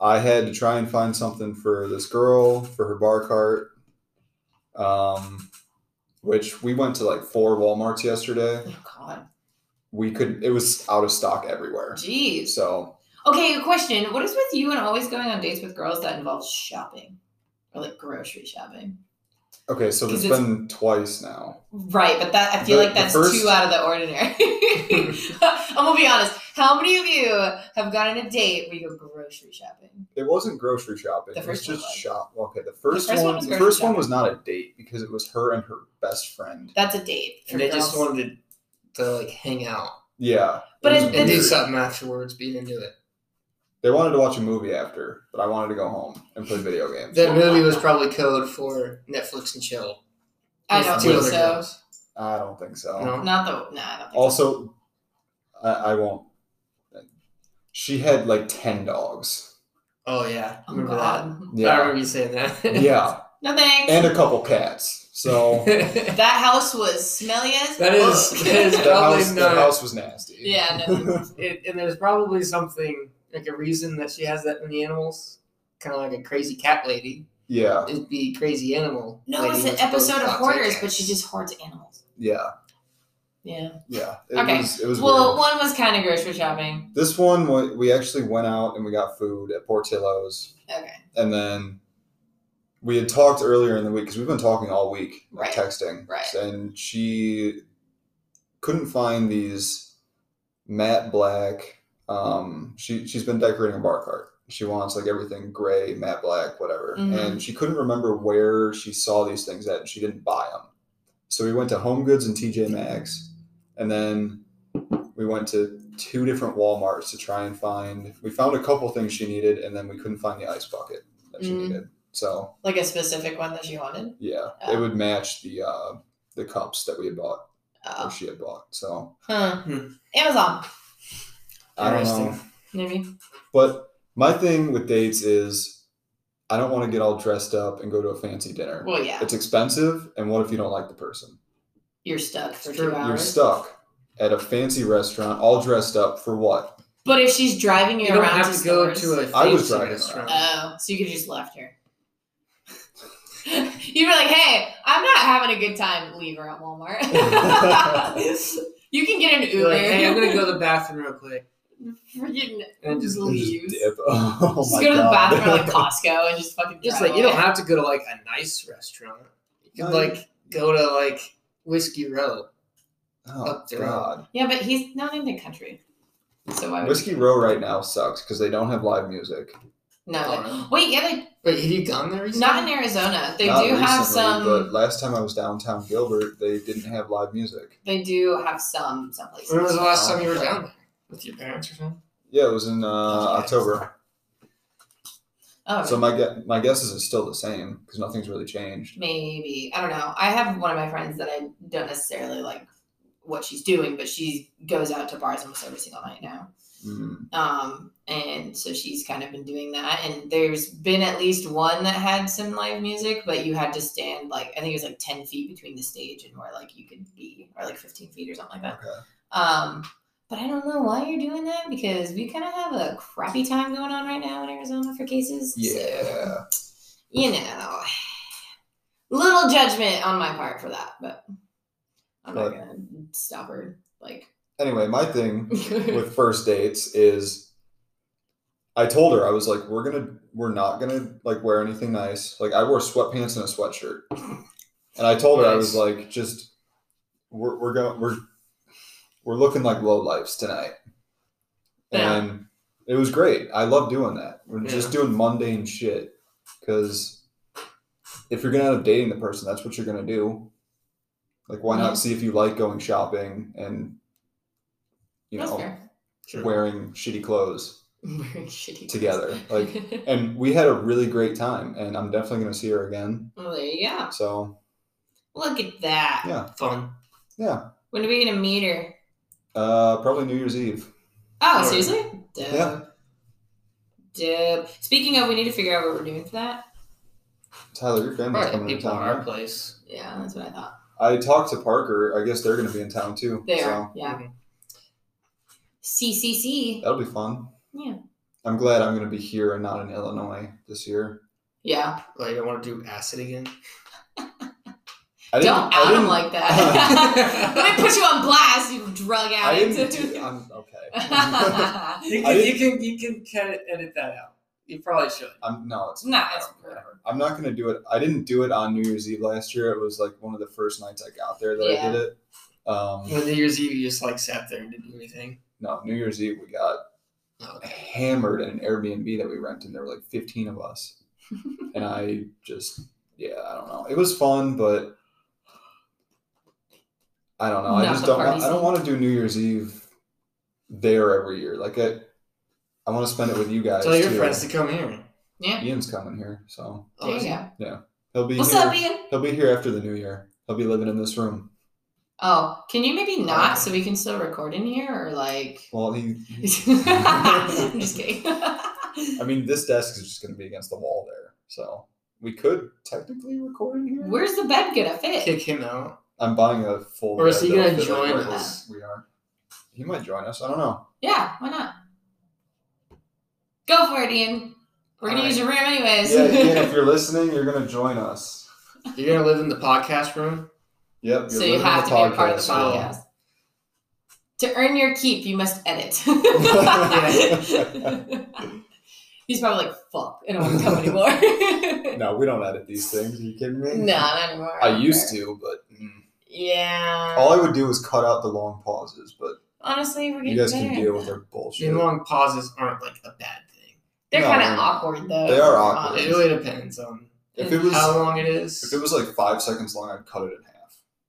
A: I had to try and find something for this girl for her bar cart. Um, which we went to like four WalMarts yesterday.
B: Oh God.
A: We could. It was out of stock everywhere.
B: Jeez.
A: So
B: Okay, a question. What is with you and always going on dates with girls that involves shopping or like grocery shopping?
A: okay, so there's
B: 'Cause it's-
A: been twice now.
B: Right, but that I feel
A: The-
B: like
A: the
B: that's
A: first-
B: too out of the ordinary. I'm gonna be honest. How many of you have gone on a date where you go grocery shopping?
A: It wasn't grocery shopping.
B: The
A: it was
B: first one
A: just
B: was.
A: shop. Okay, the first,
B: first one
A: one.
B: was
A: the
B: grocery
A: first one was not a date because it was her and her best friend.
B: That's a date. for
C: And they just
B: girls.
C: wanted to like hang out
A: Yeah.
B: But
A: was
B: it- uh,
C: and do
A: weird.
C: something afterwards. Be into it.
A: they wanted to watch a movie after, but I wanted to go home and play video games.
C: That movie was probably code for Netflix and chill.
B: I
C: With
B: don't
C: two
B: think
C: other
B: so.
C: girls.
A: I don't think so.
C: No.
B: Not the no, I don't think
A: Also, I, I won't. She had like ten dogs.
C: Oh yeah,
B: so. Oh
C: remember that?
B: God.
C: I
A: Yeah,
C: remember you saying that.
A: yeah,
B: No thanks.
A: and a couple cats. So
C: that
B: that house was smelly as
C: is
B: fuck.
C: that is
A: the
C: probably
A: house, the
C: not.
A: house was nasty.
B: uh, Yeah, no.
C: It, and there's probably something like a reason that she has that many animals. Kind of like a crazy cat lady.
A: yeah,
C: It'd be crazy animal.
B: No,
C: lady
B: it's an
C: with both
B: episode of
C: dogs and
B: Hoarders,
C: cats.
B: but she just hoards animals.
A: yeah,
B: Yeah.
A: yeah. It
B: Okay.
A: was, it was
B: Well,
A: weird.
B: one was kind of grocery shopping.
A: This one, wa- we actually went out and we got food at Portillo's,
B: Okay.
A: and then we had talked earlier in the week because we've been talking all week, like,
B: Right.
A: texting,
B: Right.
A: and she couldn't find these matte black. Um, she she's been decorating a bar cart. She wants like everything gray, matte black, whatever,
B: Mhm.
A: and she couldn't remember where she saw these things at, and she didn't buy them. So we went to Home Goods and TJ Maxx, and then we went to two different WalMarts to try and find. We found a couple things she needed, and then we couldn't find the ice bucket that she
B: Mm.
A: needed. So
B: Like a specific one that she wanted.
A: yeah,
B: Yeah.
A: it would match the uh, the cups that we had bought or
B: Oh.
A: she had bought. So
B: Huh.
C: Hmm.
B: Amazon,
A: I don't know.
C: Interesting.
B: maybe.
A: But my thing with dates is I don't want to get all dressed up and go to a fancy dinner.
B: Well, yeah.
A: It's expensive, and what if you don't like the person?
B: You're stuck for
C: True.
B: two hours.
A: You're stuck at a fancy restaurant, all dressed up for what?
B: But if she's driving you,
C: You don't
B: around
C: have to go to a
A: I was
C: fancy
A: driving
C: restaurant.
B: Oh, so you could just left her. You'd be like, "Hey, I'm not having a good time. Leave her at Walmart. you can get an
C: You're
B: Uber.
C: like, hey, I'm gonna go to the bathroom real quick,
B: Freaking
C: and just
A: And just
B: leaves.
A: dip. Oh
B: Just
A: my
B: go to the
A: God.
B: bathroom at, like Costco and just fucking
C: just
B: drive
C: like you don't
B: away.
C: have to go to like a nice restaurant. You could
A: No,
C: like go to like Whiskey Row.
A: Oh
C: up there.
A: God.
B: Yeah, but he's not in the country, so why would
A: Whiskey Row right now sucks because they don't have live music.
B: no?
C: All
B: but-
C: right.
B: Wait, yeah, they,
C: Wait, have you gone there recently?
B: not in Arizona. They
A: Not
B: do have
A: recently,
B: some.
A: But last time I was downtown Gilbert, they didn't have live music.
B: They do have some some places.
C: When was the last time you were down there with your parents or something?
A: Yeah, it was in uh, October.
B: Oh,
A: So my gue- my guess is it's still the same because nothing's really changed.
B: maybe I don't know. I have one of my friends that I don't necessarily like what she's doing, but she goes out to bars almost every single night now.
A: Mm.
B: Um, and so she's kind of been doing that. And there's been at least one that had some live music, but you had to stand like I think it was like ten feet between the stage and where like you could be, or like fifteen feet or something like that.
A: Okay.
B: Um, but I don't know why you're doing that because we kind of have a crappy time going on right now in Arizona for cases. So,
A: Yeah.
B: you know, little judgment on my part for that, but I'm not
A: But-
B: gonna stop her. Like,
A: Anyway, my thing with first dates is I told her I was like, we're gonna we're not gonna like wear anything nice. Like I wore sweatpants and a sweatshirt, and I told her I was
C: Nice.
A: like, just we're we're going we're we're looking like low lifes tonight.
B: Yeah.
A: and it was great. I love doing that. We're just doing mundane shit because if you're gonna end up dating the person, that's what you're gonna do. Like, why
B: Yeah.
A: not see if you like going shopping and you
B: That's
A: know
B: fair.
C: Sure.
A: wearing shitty clothes
B: Wearing shitty
A: together? Like,
B: clothes.
A: and we had a really great time, and I'm definitely gonna see her again.
B: well, there you go.
A: So
B: Look at that.
A: Yeah.
C: Fun.
B: When are we gonna meet her?
A: uh, probably New Year's Eve.
B: Oh,
C: Or-
B: seriously? Dope.
A: Yeah.
B: Dope. Speaking of, we need to figure out what we're doing for that.
A: Tyler, your family's
C: Probably
A: coming to
C: people
A: town.
C: in our
A: right?
C: place.
B: Yeah, that's what I thought.
A: I talked to Parker. I guess they're gonna be in town too.
B: There.
A: So
B: Yeah.
C: Mhm.
B: CCC.
A: that'll be fun.
B: Yeah.
A: I'm glad I'm gonna be here and not in Illinois this year.
B: Yeah.
C: Like, I want to do acid again.
A: I didn't-
B: Don't
A: I
B: out him
A: didn't-
B: like that. Let me put you on blast, you drug
A: I
B: addict.
A: didn't. do- I'm okay.
B: no,
C: You
A: I
C: can, you can you can kind of edit that out. You probably should.
A: I'm no. It's
B: it's whatever.
A: I'm not gonna do it. I didn't do it on New Year's Eve last year. It was like one of the first nights I got there that
B: Yeah.
A: I did it. Um,
C: When New Year's Eve, you just like sat there and didn't do anything.
A: no, New Year's Eve we got
C: Okay.
A: hammered at an Airbnb that we rented. There were like 15 of us, and I just yeah, I don't know. It was fun, but I don't know. I
B: Not
A: just
B: the
A: don't.
B: party
A: Want, I don't
B: scene.
A: want to do New Year's Eve there every year. Like I, I want to spend it with you guys.
C: Tell your
A: too.
C: friends to come here.
A: Ian's coming here, so
C: Oh,
B: There
C: is
B: you
C: it?
B: go.
A: he'll be
B: What's
A: here.
B: up, Ian?
A: He'll be here after the new year. He'll be living in this room.
B: Oh, can you maybe not so we can still record in here or like?
A: Well, he,
B: I'm just kidding.
A: I mean, this desk is just going to be against the wall there, so we could technically record in here.
B: Where's the bed gonna fit?
C: Kick him out.
A: I'm buying a full.
C: Or is
A: bed
C: he gonna
A: that'll fit, like,
C: join
A: where
C: us?
A: We are. He might join us. I don't know.
B: Yeah, why not? Go for it, Ian. We're gonna
C: All
B: use your room anyways.
A: Yeah, Ian, if you're listening, you're going to join us.
C: You're gonna live in the podcast room.
A: Yep. you're
B: so you
A: living
B: have
A: the
B: to be a part of the
A: podcast, so-
B: podcast. To earn your keep, you must edit. He's probably like, "Fuck, I don't want to come anymore."
A: No, we don't edit these things. Are you kidding me?
B: no, not anymore.
A: I used to, but mm.
B: Yeah.
A: all I would do is cut out the long pauses. But
B: Honestly, we're getting
A: you guys
B: better
A: can
B: at
A: deal with
B: that.
A: their bullshit.
C: The long pauses aren't like a bad thing.
B: They're
A: No,
B: kind of
A: they're-
B: awkward though.
A: they are awkward.
B: Um,
C: It really depends on
A: If it was
C: how long it
A: if
C: is.
A: it was like five seconds long, I'd cut it in half.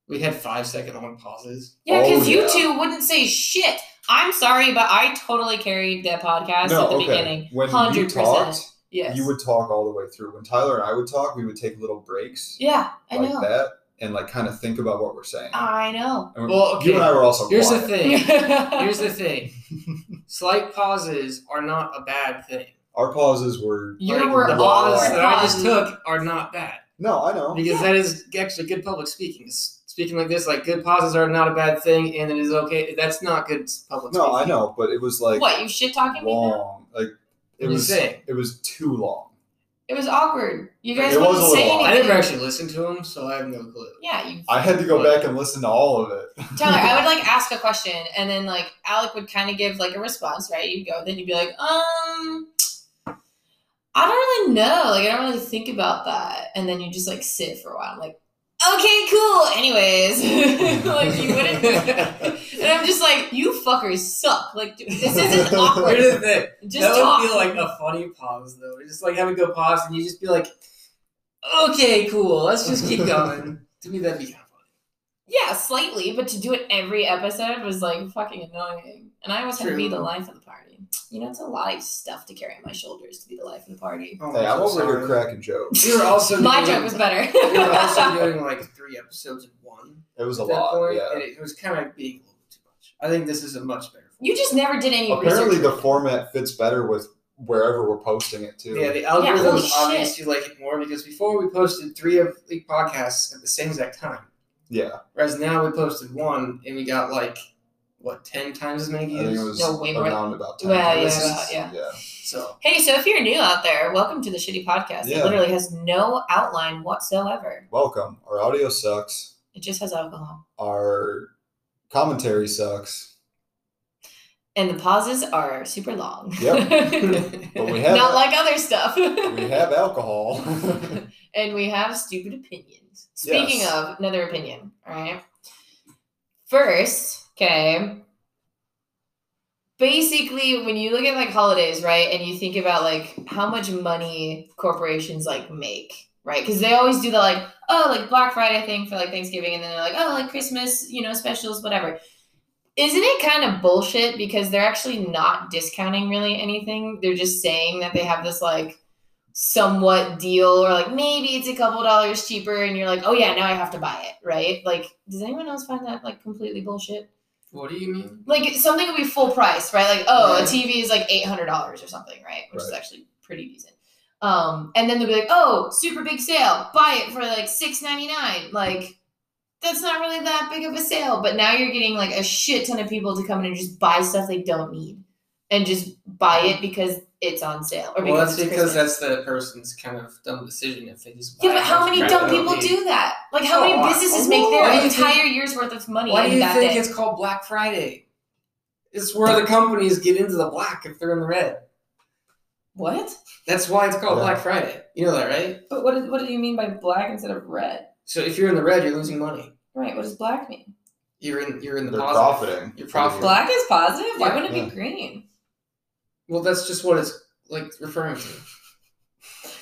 C: We had five second long pauses.
B: yeah,
A: Oh,
B: because you
A: yeah.
B: two wouldn't say shit. I'm sorry, but I totally carried that podcast at the beginning.
A: When you
B: 100%.
A: talked,
B: Yes.
A: you would talk all the way through. When Tyler and I would talk, we would take little breaks
B: yeah, I
A: like
B: know. Uh,
A: that and like kind of think about what we're saying.
B: I know.
A: And we-
C: Well, okay.
A: You and I were also
C: Here's the
A: quiet.
C: thing. Here's the thing. Slight pauses are not a bad thing.
A: Our pauses were
B: You
C: Like,
B: were
C: the
A: awkward
C: pauses that I
B: pauses.
C: just took are not bad.
A: no, I know.
B: Yeah.
C: Because that is actually good public speaking. S- Speaking like this, like good pauses are not a bad thing, and it is okay. That's not good s- public
A: No, I
C: speaking.
A: know, but it was like
B: what you shit talking me now?
A: long. Like it
C: It was
A: was
C: saying.
A: it was too long.
B: It was awkward. You guys
A: It was
B: wouldn't
A: a
B: say
A: little
B: anything.
A: awkward.
C: I never actually listened to him, so I have no clue.
B: Yeah, you
A: I had to go back and listen to all of it.
B: Tyler, I would like ask a question, and then like Alec would kind of give like a response, right? You'd go, then you'd be like, um, I don't really know. Like, I don't really think about that. And then you just like sit for a while. I'm like, okay, cool. Anyways, like you wouldn't. and I'm just like, you fuckers suck. Like, dude, this isn't awkward.
C: Here's the thing.
B: Just
C: that
B: talk.
C: would feel like a funny pause, though. Just like have a good pause, and you just be like, "Okay, cool. Let's just keep going." to me, that'd be kind of funny.
B: yeah, slightly, but to do it every episode was like fucking annoying. And I always had to be
C: True.
B: the life of the party. You know, it's a lot of stuff to carry on my shoulders to be the life of the party.
C: Oh,
A: hey, I'm
C: so
A: over here
C: sorry.
A: cracking jokes.
C: We were also
B: My
C: doing,
B: joke was better.
C: We were also doing like three episodes in one.
A: It was a
C: at that
A: lot.
C: point,
A: yeah.
C: and it was kind of being a little too much. I think this is a much better. form.
B: you just never did any
A: Apparently,
B: research.
A: the format fits better with wherever we're posting it too.
C: Yeah, the
B: Yeah,
C: algorithm
B: holy
C: obviously like it more because before we posted three of the podcasts at the same exact time,
A: Yeah,
C: whereas now we posted one and we got like what ten times as many
A: I think
C: views.
A: it was
B: No, way more-
A: around about time.
B: Well,
C: yeah,
B: about- yeah.
C: so
B: Hey, so if you're new out there, welcome to the Shitty Podcast. It
A: Yeah.
B: literally has no outline whatsoever.
A: Welcome. Our audio sucks.
B: It just has alcohol.
A: Our commentary sucks.
B: And the pauses are super long.
A: But we have
B: Not like other stuff.
A: we have alcohol.
B: and we have stupid opinions. Speaking
A: Yes.
B: of another opinion, all right? First, okay. basically when you look at like holidays right and you think about like how much money corporations like make right because they always do the like oh like black friday thing for like thanksgiving and then they're like oh like christmas you know specials whatever isn't it kind of bullshit because they're actually not discounting really anything they're just saying that they have this like somewhat deal or like maybe it's a couple dollars cheaper and you're like oh yeah now i have to buy it right like does anyone else find that like completely bullshit
C: What do you mean?
B: like something would be full price, right? Like, oh, a
C: Right.
B: TV is like eight hundred dollars or something, right? Which is
A: Right.
B: actually pretty decent. Um, and then they'll be like, oh, super big sale, buy it for like six ninety nine. Like, that's not really that big of a sale, but now you're getting like a shit ton of people to come in and just buy stuff they don't need, and just buy it because it's on sale or because
C: Well, that's
B: it's
C: because
B: Christmas.
C: that's the person's kind of dumb decision if they just.
B: Yeah,
C: buy
B: but
C: a
B: how
C: bunch
B: many
C: of
B: dumb
C: crap they
B: people
C: don't need.
B: do that? Like, how many
C: Oh, I-
B: businesses make their
C: why do you think-
B: entire year's worth of money?
C: Why
B: in
C: do you
B: that
C: think
B: day?
C: it's called Black Friday? It's where the companies get into the black if they're in the red.
B: what?
C: That's why it's called
A: Yeah.
C: Black Friday. You know that, right?
B: But what? What do you mean by black instead of red?
C: So if you're in the red, you're losing money.
B: Right. What does black mean?
C: You're in you're in the
A: They're
C: positive.
A: profiting.
C: You're profiting.
B: Black is positive. Why
C: Yeah,
B: wouldn't it
A: yeah.
B: be green?
C: Well, that's just what it's like referring to.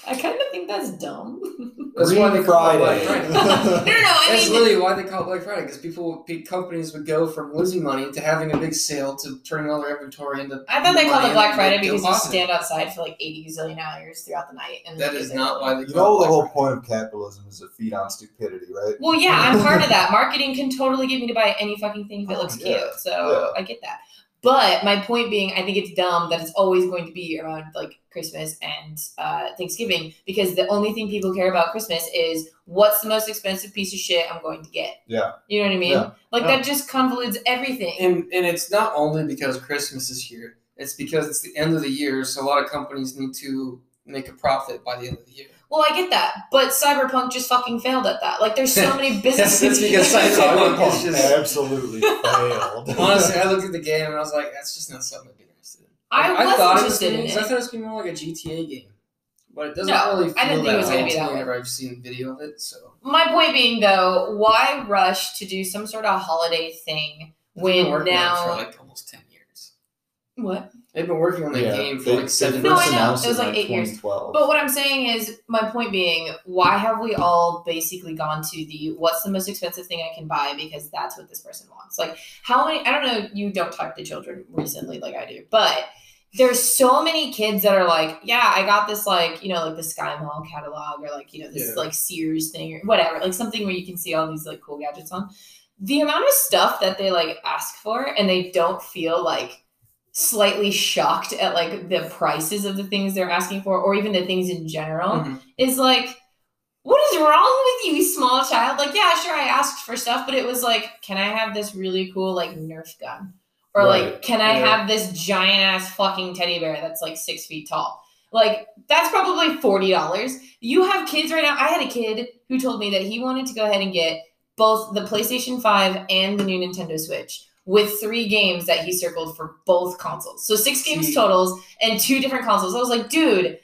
B: I kind of think that's dumb.
C: That's
A: Green
C: why they call it Black
A: Friday.
C: Friday.
B: no, no, no. I
C: That's
B: mean,
C: literally why they call it Black Friday because people, pe- companies would go from losing money to having a big sale to turning all their inventory into.
B: I thought they called
C: money
B: it Black
C: and
B: Friday
C: go
B: because you
C: positive.
B: stand outside for like eighty zillion hours throughout the night. And
C: That
B: then
C: is
B: you-
C: not why they.
A: You know
C: call
A: the
C: it Black
A: whole
C: Friday.
A: point of capitalism is to feed on stupidity, right?
B: Well, yeah, I'm part of that. Marketing can totally get me to buy any fucking thing if it
A: Oh,
B: looks
A: yeah.
B: cute. So I get that. But my point being, I think it's dumb that it's always going to be around like Christmas and uh, Thanksgiving because the only thing people care about Christmas is what's the most expensive piece of shit I'm going to get.
A: Yeah.
B: You know what I mean?
A: Yeah.
B: Like
C: Yeah.
B: that just convolutes everything.
C: And and it's not only because Christmas is here. It's because it's the end of the year, so a lot of companies need to make a profit by the end of the year.
B: well, I get that, but Cyberpunk just fucking failed at that. Like there's so many
C: That's-
B: businesses.
C: that's because Cyberpunk
B: Cyberpunk.
C: is
A: Cyberpunk
C: just-
A: absolutely failed.
C: Honestly, I looked at the game and I was like, that's just not something I'd be interested in.
B: I
C: Like,
B: was
C: thought it
B: interested
C: gonna-
B: in
C: 'cause I
B: it.
C: thought it was gonna be more like a GTA game, but it doesn't
B: No,
C: really feel
B: I didn't think
C: that
B: it was
C: way
B: gonna be
C: to
B: that
C: me
B: way.
C: whenever I've seen video of it. So
B: My point being, though, why rush to do some sort of holiday thing
C: They've
B: when
C: been working on it
B: now?
C: for like almost ten years.
B: what?
C: They've been working on that
A: Yeah,
C: game for
A: they-
C: like seven.
A: they
B: No,
A: first
B: I know.
A: announced
B: It was
A: in,
B: like eight years.
A: 2012.
B: But what I'm saying is, my point being, why have we all basically gone to the what's the most expensive thing I can buy because that's what this person wants? Like, how many? I don't know. You don't talk to children recently like I do, but there's so many kids that are like, yeah, I got this like you know like the Sky Mall catalog or like you know this
C: Yeah.
B: like Sears thing or whatever, like something where you can see all these like cool gadgets on. The amount of stuff that they like ask for and they don't feel like slightly shocked at like the prices of the things they're asking for or even the things in general
C: Mhm.
B: is like what is wrong with you you small child like yeah sure i asked for stuff but it was like can i have this really cool like nerf gun or like
A: Right,
B: can i
C: yeah.
B: have this giant ass fucking teddy bear that's like six feet tall like that's probably $40 you have kids right now i had a kid who told me that he wanted to go ahead and get both the playstation 5 and the new nintendo switch with three games that he circled for both consoles so six games
C: See.
B: totals and two different consoles i was like dude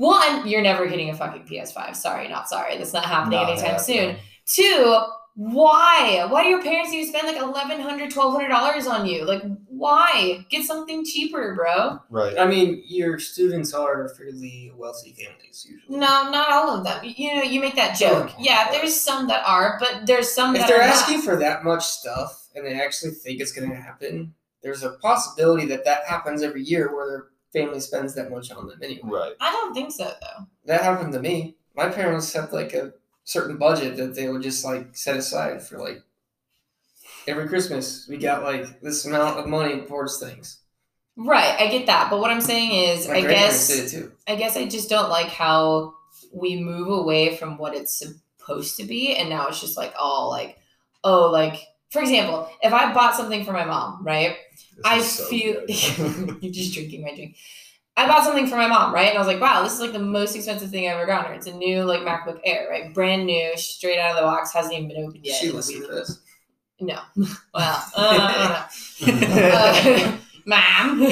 B: one, you're never getting a fucking PS5. Sorry, not sorry. That's not happening
A: Not
B: anytime soon.
A: happening.
B: Two, why? Why do your parents need to spend like $1,100, $1,200 on you? Like, why? Get something cheaper, bro.
A: Right.
C: I mean, your students are fairly wealthy families usually.
B: No, not all of them. You know, you make that joke.
C: Sure.
B: Yeah, there's some that are, but there's some
C: If
B: that
C: they're
B: are
C: asking for that much stuff and they actually think it's going to happen, there's a possibility that that happens every year where their family spends that much on them anyway.
A: Right.
B: not. I don't think so, though.
C: That happened to me. My parents had like a certain budget that they would just like set aside for like every Christmas. We got like this amount of money towards things.
B: Right, I get that. But what I'm saying is,
C: My
B: I
C: grandparents
B: guess.
C: did it too.
B: I guess I just don't like how we move away from what it's supposed to be, and now it's just like all like, oh, like for example, if I bought something for my mom, right?
A: This
B: I
A: is so
B: feel
A: good.
B: you're just drinking my drink. I bought something for my mom, right? And I was like, wow, this is like the most expensive thing I've ever gotten her. It's a new like MacBook Air, right? Brand new, straight out of the box, hasn't even been opened yet.
C: she listened to this.
B: No. Well, uh, I don't know uh, ma'am.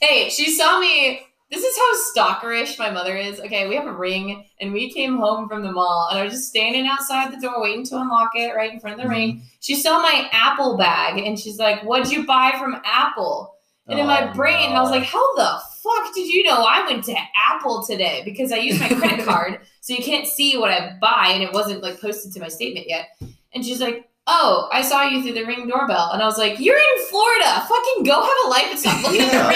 B: hey, she saw me. This is how stalkerish my mother is. Okay, we have a ring, and we came home from the mall, and I was just standing outside the door waiting to unlock it
A: Mm-hmm.
B: right in front of the ring. She saw my Apple bag, and she's like, What'd you buy from Apple? And in my
A: Oh,
B: brain, I was
A: no.
B: like, how the fuck did you know I went to Apple today? Because I used my credit card, so you can't see what I buy, and it wasn't like posted to my statement yet. And she's like, oh, I saw you through the ring doorbell. And I was like, you're in Florida. Fucking go have a life and stop looking at the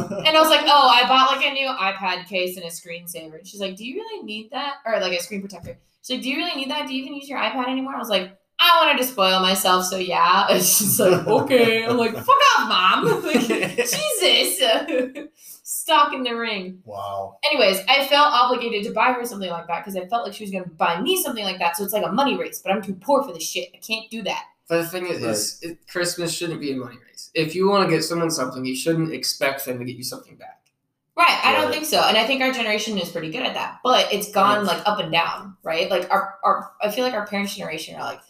B: ring. And I was like, oh, I bought like a new iPad case and a screensaver. And she's like, do you really need that? Or like a screen protector. She's like, do you really need that? Do you even use your iPad anymore? I was like, I wanted to spoil myself, so yeah. And she's like, okay. I'm like, fuck off, mom. Like, Jesus. Stuck in the ring.
A: wow.
B: Anyways, I felt obligated to buy her something like that because I felt like she was going to buy me something like that. So it's like a money race, but I'm too poor for this shit. I can't do that.
C: But the thing is, is it, Christmas shouldn't be a money race. If you want to get someone something, you shouldn't expect them to get you something back.
B: Right, I don't
A: Right.
B: think so, and I think our generation is pretty good at that. But it's gone
C: Right.
B: like up and down, right? Like our, our, I feel like our parents' generation are like,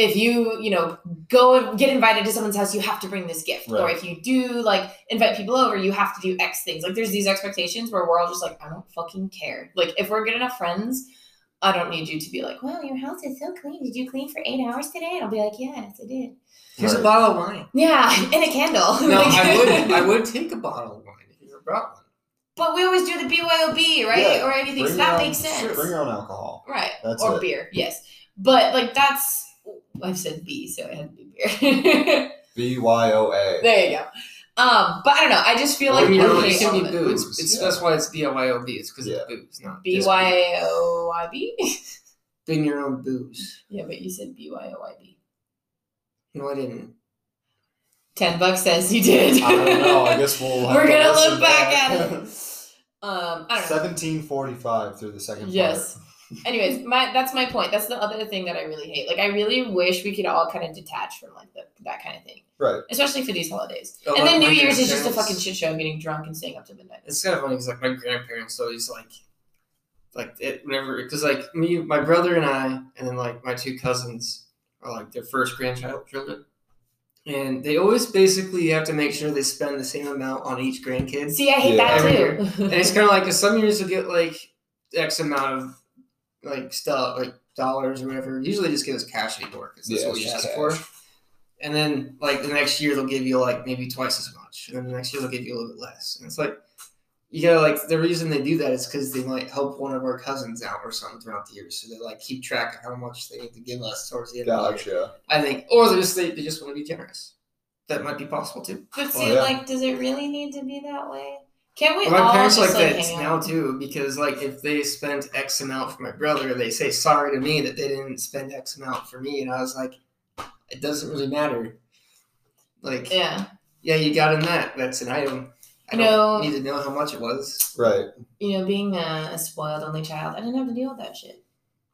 B: if you, you know, go and get invited to someone's house, you have to bring this gift, or
A: Right.
B: if you do like invite people over, you have to do X things. Like there's these expectations where we're all just like, I don't fucking care. Like if we're good enough friends, I don't need you to be like, wow, your house is so clean. Did you clean for eight hours today? And I'll be like, yes, I did.
C: Here's a
A: Right.
C: bottle of wine.
B: Yeah, and a candle.
C: No,
B: Like-
C: I would. I would take a bottle of wine if you were brought one.
B: But we always do the BYOB, right?
A: Yeah,
B: Or anything.
A: Bring
B: So
A: your
B: that
A: own-
B: makes sense.
A: Bring your own alcohol.
B: right.
A: That's
B: or
A: it.
B: beer, yes. But like that's I've said B, so it had to be beer.
A: B Y O A.
B: there you go. Um, but I don't know. I just feel
A: Or
B: like
A: you know,
B: okay,
A: it
C: should
A: should
C: be
A: be
B: um,
A: booze.
C: booze. It's,
A: Yeah.
C: That's why it's BYOB. It's because
A: Yeah.
C: it's booze, not just booze.
B: BYOIB.
C: Bring your own booze.
B: Yeah, but you said BYOIB.
C: No, I didn't.
B: Ten bucks says you did.
A: I don't know. I guess we'll. Have
B: We're
A: to
B: gonna
A: listen
B: look back at
A: back.
B: it. Um, I don't know.
A: Seventeen forty-five through the second
B: Yes. Anyways, my that's my point. That's the other thing that I really hate. Like I really wish we could all kind of detach from like the, that kind of thing.
A: Right.
B: Especially for these holidays.
C: Oh,
B: and then
C: my-
B: New
C: my
B: Year's is just a
C: grandparents-
B: fucking shit show. Getting drunk and staying up till midnight.
C: It's kind of funny because like my grandparents always like, like it whenever because like me, my brother and I, and then like my two cousins are like their first grandchild children, and they always basically have to make sure they spend the same amount on each grandkid.
B: See, I hate
A: Yeah.
B: that
C: Every
B: too.
C: and it's kind of like 'cause some years you'll get like X amount of like stuff, like dollars or whatever. Usually, just give us cash anymore because that's
A: Yeah,
C: what we
A: it's
C: ask
A: just
C: for.
A: cash.
C: And then like the next year they'll give you like maybe twice as much, and then the next year they'll give you a little bit less. And it's like you gotta like the reason they do that is because they might help one of our cousins out or something throughout the year, so they like keep track of how much they need to give us towards the end. of the year.
A: Gotcha.
C: I think, or they just they, they just want to be generous. That might be possible too.
B: But
A: Oh,
B: see,
A: yeah.
B: like, does it really need to be that way? Can't we
C: Well, my
B: all
C: parents
B: just
C: like
B: like,
C: that
B: hang
C: now
B: out?
C: too because like if they spent X amount for my brother, they say sorry to me that they didn't spend X amount for me, and I was like, it doesn't really matter. Like yeah,
B: Yeah.
C: you got in that. That's an item. I
B: You
C: don't
B: know-
C: need to know how much it was.
A: Right.
B: You know, being a, a spoiled only child, I didn't have to deal with that shit.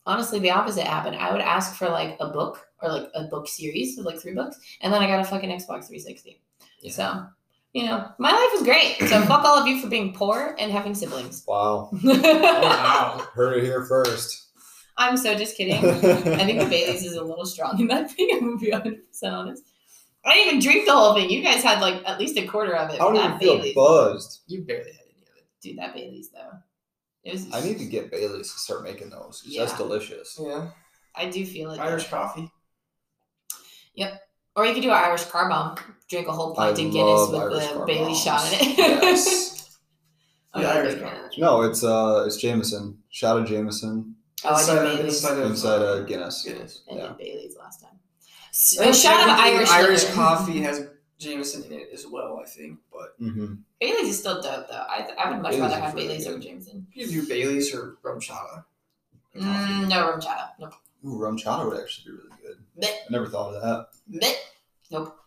B: Honestly, the opposite happened. I would ask for like a book or like a book series of like three books, and then I got a fucking Xbox 360.
C: Yeah.
B: So, you know, my life was great. So fuck all of you for being poor and having siblings.
A: Wow.
C: Oh, wow.
A: Heard it here first.
B: I'm so just kidding. I think the Bailey's is a little strong in that thing. I'm gonna be 100 percent honest. I didn't even drink the whole thing. You guys had like at least a quarter of it.
A: How do you
B: that
A: feel
B: Bailey's.
A: buzzed?
C: You barely had any of it.
B: Dude, that Bailey's though. It was.
A: I need to get Bailey's to start making those. 'cause
B: Yeah.
A: That's delicious.
C: Yeah,
B: I do feel it.
C: Irish
B: though.
C: coffee.
B: Or you could do an Irish car bomb. Drink a whole
A: I
B: pint of Guinness
A: love
B: with
A: Irish
B: the
A: car
B: Bailey
A: bombs.
B: shot in it.
A: Yes.
B: I'm
C: Yeah,
B: not a
C: Irish
B: big
C: car
B: fan of
C: bombs.
B: that.
A: No, it's uh, it's Jameson. Shout out Jameson
B: Oh, I
C: Inside
B: did
C: of-
B: Bailey's.
C: inside
B: I
C: of-
A: inside uh, Guinness.
C: Guinness.
A: yeah.
B: did Bailey's last time. S- uh, shout out
C: Technically,
B: Irish.
C: Irish
B: liquor.
C: coffee has Jameson in it as well, I think. But
A: Mm-hmm.
B: Bailey's is still dope though. I, I would much
A: Bailey's
B: rather
A: is
B: have
A: really
B: Bailey's
A: good.
B: over Jameson.
C: you do Bailey's or rum chata.
B: Mm, no rum chata. No
A: Ooh, rum chata would actually be really good.
B: Blech.
A: I never thought of that.
B: Blech. Nope.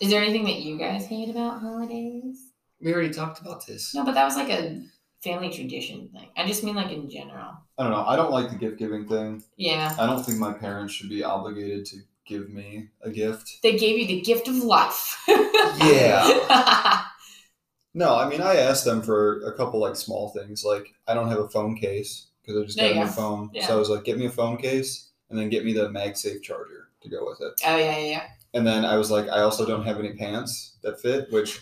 B: Is there anything that you guys hate about holidays?
C: We already talked about this.
B: No, but that was like a family tradition thing. I just mean like in general.
A: I don't know. I don't like the gift giving thing.
B: Yeah.
A: I don't think my parents should be obligated to give me a gift.
B: They gave you the gift of life. Oh,
A: Yeah. No, I mean I asked them for a couple like small things. Like I don't have a phone case because I just
B: There
A: got a
B: you
A: new
B: go.
A: phone.
B: Yeah.
A: So I was like, get me a phone case and then get me the MagSafe charger to go with it.
B: oh yeah, yeah, yeah.
A: And then I was like, I also don't have any pants that fit, which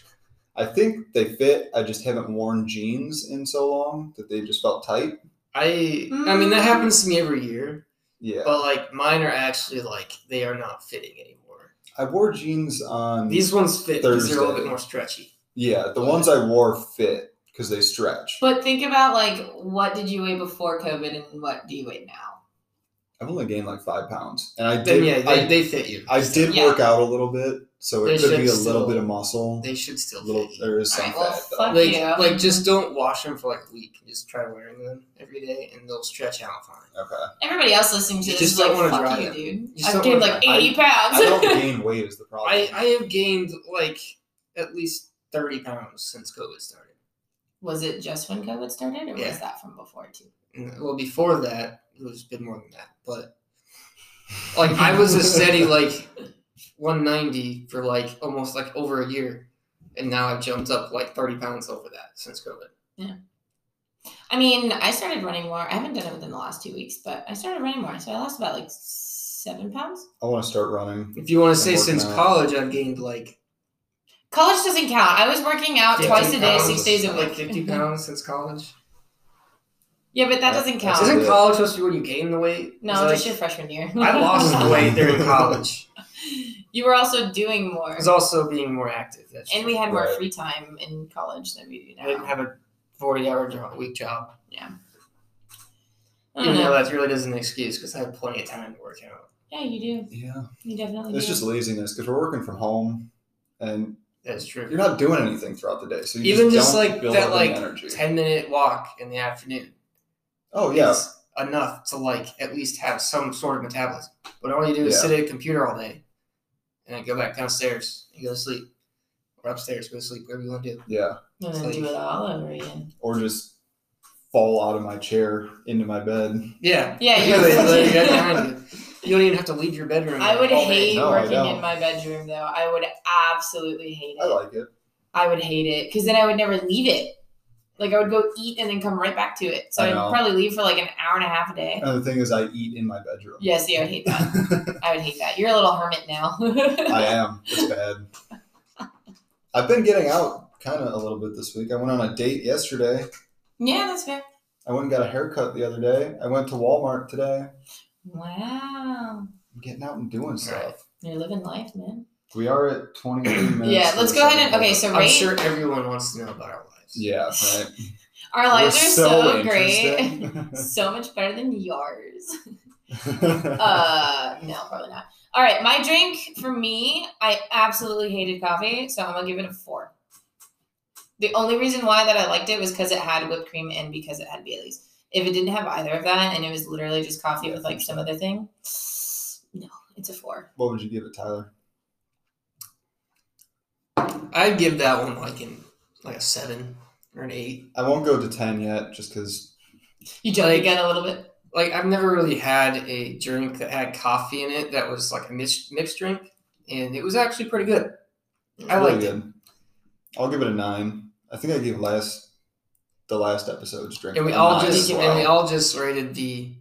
A: I think they fit. I just haven't worn jeans in so long that they just felt tight.
C: I I mean that happens to me every year,
A: Yeah.
C: but like mine are actually like they are not fitting anymore.
A: I wore jeans on.
C: These ones fit because they're a little
A: Thursday.
C: bit more stretchy.
A: yeah, the ones I wore fit because they stretch.
B: But think about like what did you weigh before COVID and what do you weigh now?
A: I've only gained like five pounds, and I
C: Then
A: did.
C: yeah, they,
A: I,
C: they fit you.
A: I did
B: Yeah.
A: work out a little bit, so it
C: They
A: could be a
C: should
A: little
C: still-
A: bit of muscle.
C: They should still
A: little,
C: fit you.
A: there is some
B: Alright, well,
A: fat. though.
B: fuck
C: Like,
B: Yeah.
C: like just don't wash them for like a week. Just try wearing them every day, and they'll stretch out fine.
A: Okay.
B: Everybody else listening to
C: You
B: this
C: just
B: is
C: don't
B: like,
C: wanna
B: fuck
C: dry
B: you,
C: them.
B: dude.
C: just
B: I've
C: don't
B: gained
C: wanna
B: like
A: dry them.
B: eighty pounds.
A: I don't gain weight is the problem.
C: I I have gained like at least thirty pounds since COVID started.
B: was it just when COVID started, or
C: Yeah.
B: was that from before too?
C: And, Well, before that, it was a bit more than that, but like I was a steady like one ninety for like almost like over a year, and now I've jumped up like thirty pounds over that since COVID.
B: I mean, I started running more. I haven't done it within the last two weeks, but I started running more, so I lost about like seven pounds.
A: I want to start running.
C: If you want to say
A: I'm working
C: since
A: out.
C: college, I've gained like
B: College doesn't count. I was working out
C: 50
B: twice a day,
C: pounds,
B: six days a week.
C: like
B: Mm-hmm.
C: fifty pounds since college.
B: yeah, but that doesn't
A: That's-
B: count.
A: that's
C: Isn't
A: Yeah.
C: college supposed to be when you gain the weight?
B: Oh. no,
C: It's like-
B: just your freshman year.
C: I lost the weight during college.
B: you were also doing more,
C: I was also being more active. That's
B: and
C: true.
B: we had more
A: Right.
B: free time in college than we do
C: I didn't
B: now.
C: have a forty-hour job, week job.
B: I
C: Even
B: don't
C: though
B: know.
C: that really isn't an excuse because I had plenty of time to work out.
B: Yeah, you do.
A: Yeah,
B: You
C: Oh,
B: definitely
A: it's
B: do.
A: just laziness because we're working from home, and
C: That's true.
A: you're not doing anything throughout the day. So you
C: Even just,
A: don't
C: like,
A: build
C: that,
A: up
C: like,
A: any energy.
C: 10 minute walk in the afternoon
A: oh yeah,
C: is enough to like at least have some sort of metabolism. But all you do is
A: Yeah.
C: sit at a computer all day and then go back downstairs and go to sleep. Or upstairs, go to sleep, whatever you want to do.
A: yeah,
B: and then do it all over again.
A: or just fall out of my chair into my bed.
C: Yeah.
B: Yeah,
C: you
B: you-
C: lay right behind you. You don't even have to leave your bedroom.
B: I would
C: all day.
B: hate
A: No, I
B: working
A: don't.
B: in my bedroom though. I would absolutely hate it.
A: I like it.
B: I would hate it because then I would never leave it. Like I would go eat and then come right back to it. So
A: I
B: I'd
A: know.
B: probably leave for like an hour and a half a day.
A: And the thing is, I eat in my bedroom.
B: Yeah, see, I would hate that. I would hate that. You're a little hermit now.
A: I am. It's bad. I've been getting out kind of a little bit this week. I went on a date yesterday.
B: yeah, that's fair.
A: I went and got a haircut the other day. I went to Walmart today.
B: Wow.
A: I'm getting out and doing stuff.
C: Right.
B: You're living life, man.
A: We are at 23 minutes.
B: Yeah, let's
A: to
B: go
A: the
B: ahead and
A: second
B: okay,
A: quarter.
B: so
C: I'm
B: rate
C: sure everyone wants to know about our lives.
A: Yeah, right.
B: our lives
A: We're
B: are so great.
A: interesting.
B: so much better than yours. Uh, no, probably not. All right, my drink for me, I absolutely hated coffee, so I'm gonna give it a four. The only reason why that I liked it was because it had whipped cream and because it had Bailey's. If it didn't have either of that and it was literally just coffee with like some other thing, no, it's a four.
A: what would you give it, Tyler?
C: I'd give that one like in like a seven or an eight.
A: I won't go to 10 yet just because
B: You jump
C: Like-
B: again a little bit.
C: like I've never really had a drink that had coffee in it that was like a mixed mixed drink, and it was actually pretty good. I
A: really
C: liked it.
A: good. I'll give it a 9. I think I gave last the last episode's drink.
C: And we
A: a
C: all
A: nine
C: just
A: as
C: and we
A: well.
C: all just rated the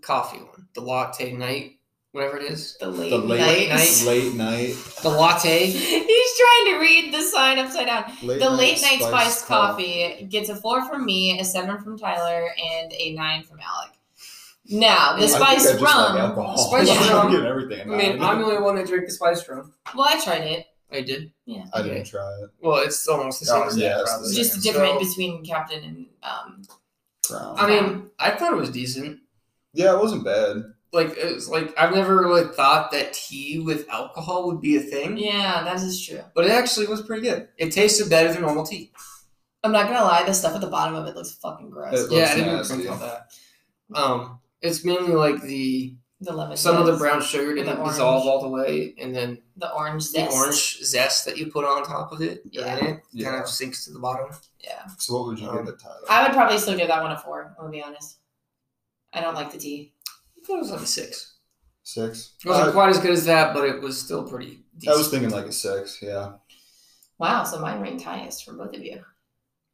C: coffee one, the latte night, whatever it is,
B: The late,
A: the late
B: nights.
A: night, late night,
C: the latte.
B: He's trying to read the sign upside down.
A: late
B: The late night
A: spiced
B: spiced coffee gets a four from me, a seven from Tyler, and a nine from Alec. Now the
C: I
A: I
C: think
A: think I just
B: spiced
A: like
B: rum.
A: alcohol.
C: Spiced
A: I'm
C: rum.
A: giving everything. a
C: I mean,
A: nine.
C: I'm the only one that drank the spice rum.
B: Well, I tried it.
C: I did.
B: Yeah,
A: I didn't try it.
C: Well, it's almost the same as
A: Oh, Yeah,
C: that.
A: it's the
C: probably.
B: it's just the
C: So,
B: difference between Captain and um.
A: Brown.
C: I mean, I thought it was decent.
A: yeah, it wasn't bad.
C: Like it was like I've never really thought that tea with alcohol would be a thing,
B: Yeah, that is true.
C: but it actually was pretty good. It tasted better than normal tea.
B: I'm not gonna lie. The stuff at the bottom of it looks fucking gross.
A: It
C: Yeah,
A: looks
C: I didn't
A: nasty.
C: even print all that. Um, it's mainly like the
B: the lemon.
C: some of the
B: zest,
C: brown sugar
B: And the
C: didn't
B: orange.
C: dissolve all the way, and then
B: the orange
C: the
B: zest.
C: orange zest that you put on top of it,
B: Yeah.
C: yeah, it kind
A: Yeah.
C: of sinks to the bottom.
B: Yeah,
A: So what would you
C: Um,
A: give it, Tyler?
B: I would probably still give that one a four. I'm gonna be honest. I don't like the tea.
C: I thought it was like a six.
A: six.
C: It wasn't
A: Uh,
C: quite as good as that, but it was still pretty.
A: I
C: Decent.
A: was thinking like a six. Yeah.
B: Wow, so mine ranked highest for both of you.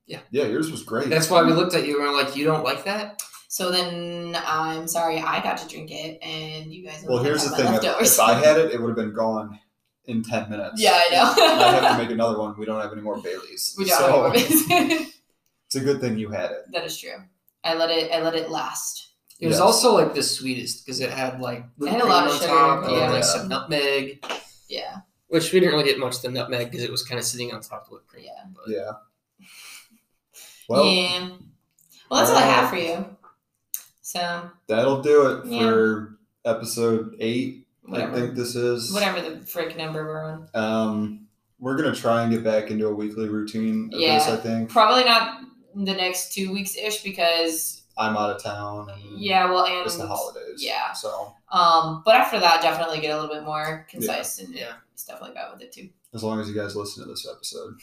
A: Yeah, yours was great.
C: That's why we looked at you and were like, "You don't like that."
B: So then I'm sorry I got to drink it, and you guys.
A: well,
B: only
A: here's
B: got
A: the
B: my
A: thing. If,
B: leftovers.
A: if I had it, it would have been gone in ten minutes.
B: yeah, I
A: I have
B: know.
A: to make another one. We don't have any more Baileys.
B: we don't
A: so
B: have it.
A: It's a good thing you had it.
B: that is true. I let it. I let it last.
C: It was
A: Yes.
C: also like the sweetest because it had like whipped
B: had a
C: cream
B: lot
C: on
B: of sugar,
C: top and then,
A: yeah.
C: like some nutmeg.
B: Yeah.
C: Which we didn't really get much of the nutmeg because it was kind of sitting on top of whipped cream.
B: Yeah.
C: But
A: Yeah. Well, uh,
B: yeah. Well, that's all I have for you. So
A: that'll do it
B: Yeah.
A: for episode eight. I
B: whatever,
A: think this is.
B: whatever the frick number we're on.
A: Um, we're gonna try and get back into a weekly routine of this.
B: Yeah.
A: I think
B: Probably not the next two weeks ish because
A: I'm out of town. And
B: yeah, well, and
A: It's the holidays.
B: yeah.
A: So
B: Um, but after that, definitely get a little bit more concise and
C: Yeah.
B: stuff like that with it too.
A: as long as you guys listen to this episode,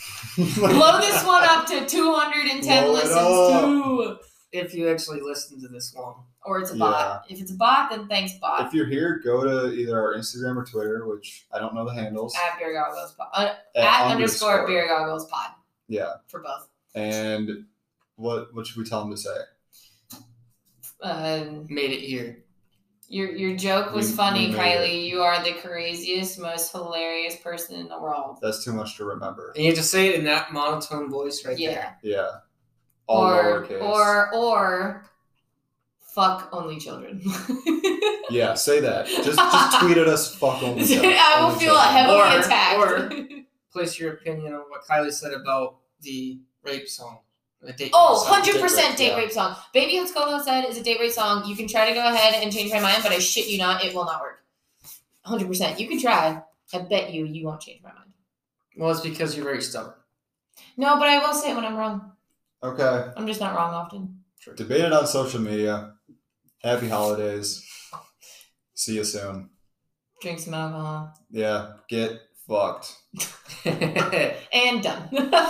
B: Blow this one up to 210
A: Blow it
B: listens
A: up.
B: too.
C: If you actually listen to this long,
B: Or it's a bot. If it's a bot, then thanks bot.
A: if you're here, go to either our Instagram or Twitter, which I don't know the handles.
B: At beer goggles pod. Uh, at, underscore beer goggles pod
A: Yeah.
B: for both.
A: And what what should we tell them to say?
B: Um,
C: made it here.
B: Your your joke was
A: We-
B: funny,
A: we made it.
B: Kylie. You are the craziest, most hilarious person in the world.
A: That's too much to remember.
C: And you just say it in that monotone voice right
B: yeah.
C: there.
A: Yeah. All
B: or
A: lowercase.
B: or or fuck only children.
A: yeah, say that. Just just tweet at us. Fuck only. children.
B: I will
A: Only
B: feel
A: children.
B: heavily
C: Or-
B: attacked.
C: Place your opinion on what Kylie said about the rape song. The date
B: oh,
C: rape song.
B: 100%
A: rape,
B: date
A: yeah.
B: rape song. Baby Let's Go Outside is a date rape song. You can try to go ahead and change my mind, but I shit you not, it will not work. 100%. You can try. I bet you you won't change my mind.
C: Well, it's because you're very stubborn.
B: No, but I will say when I'm wrong.
A: Okay.
B: I'm just not wrong often.
A: Debate it on social media. Happy holidays. See you soon.
B: Drink some alcohol.
A: Yeah. Get fucked.
B: And done.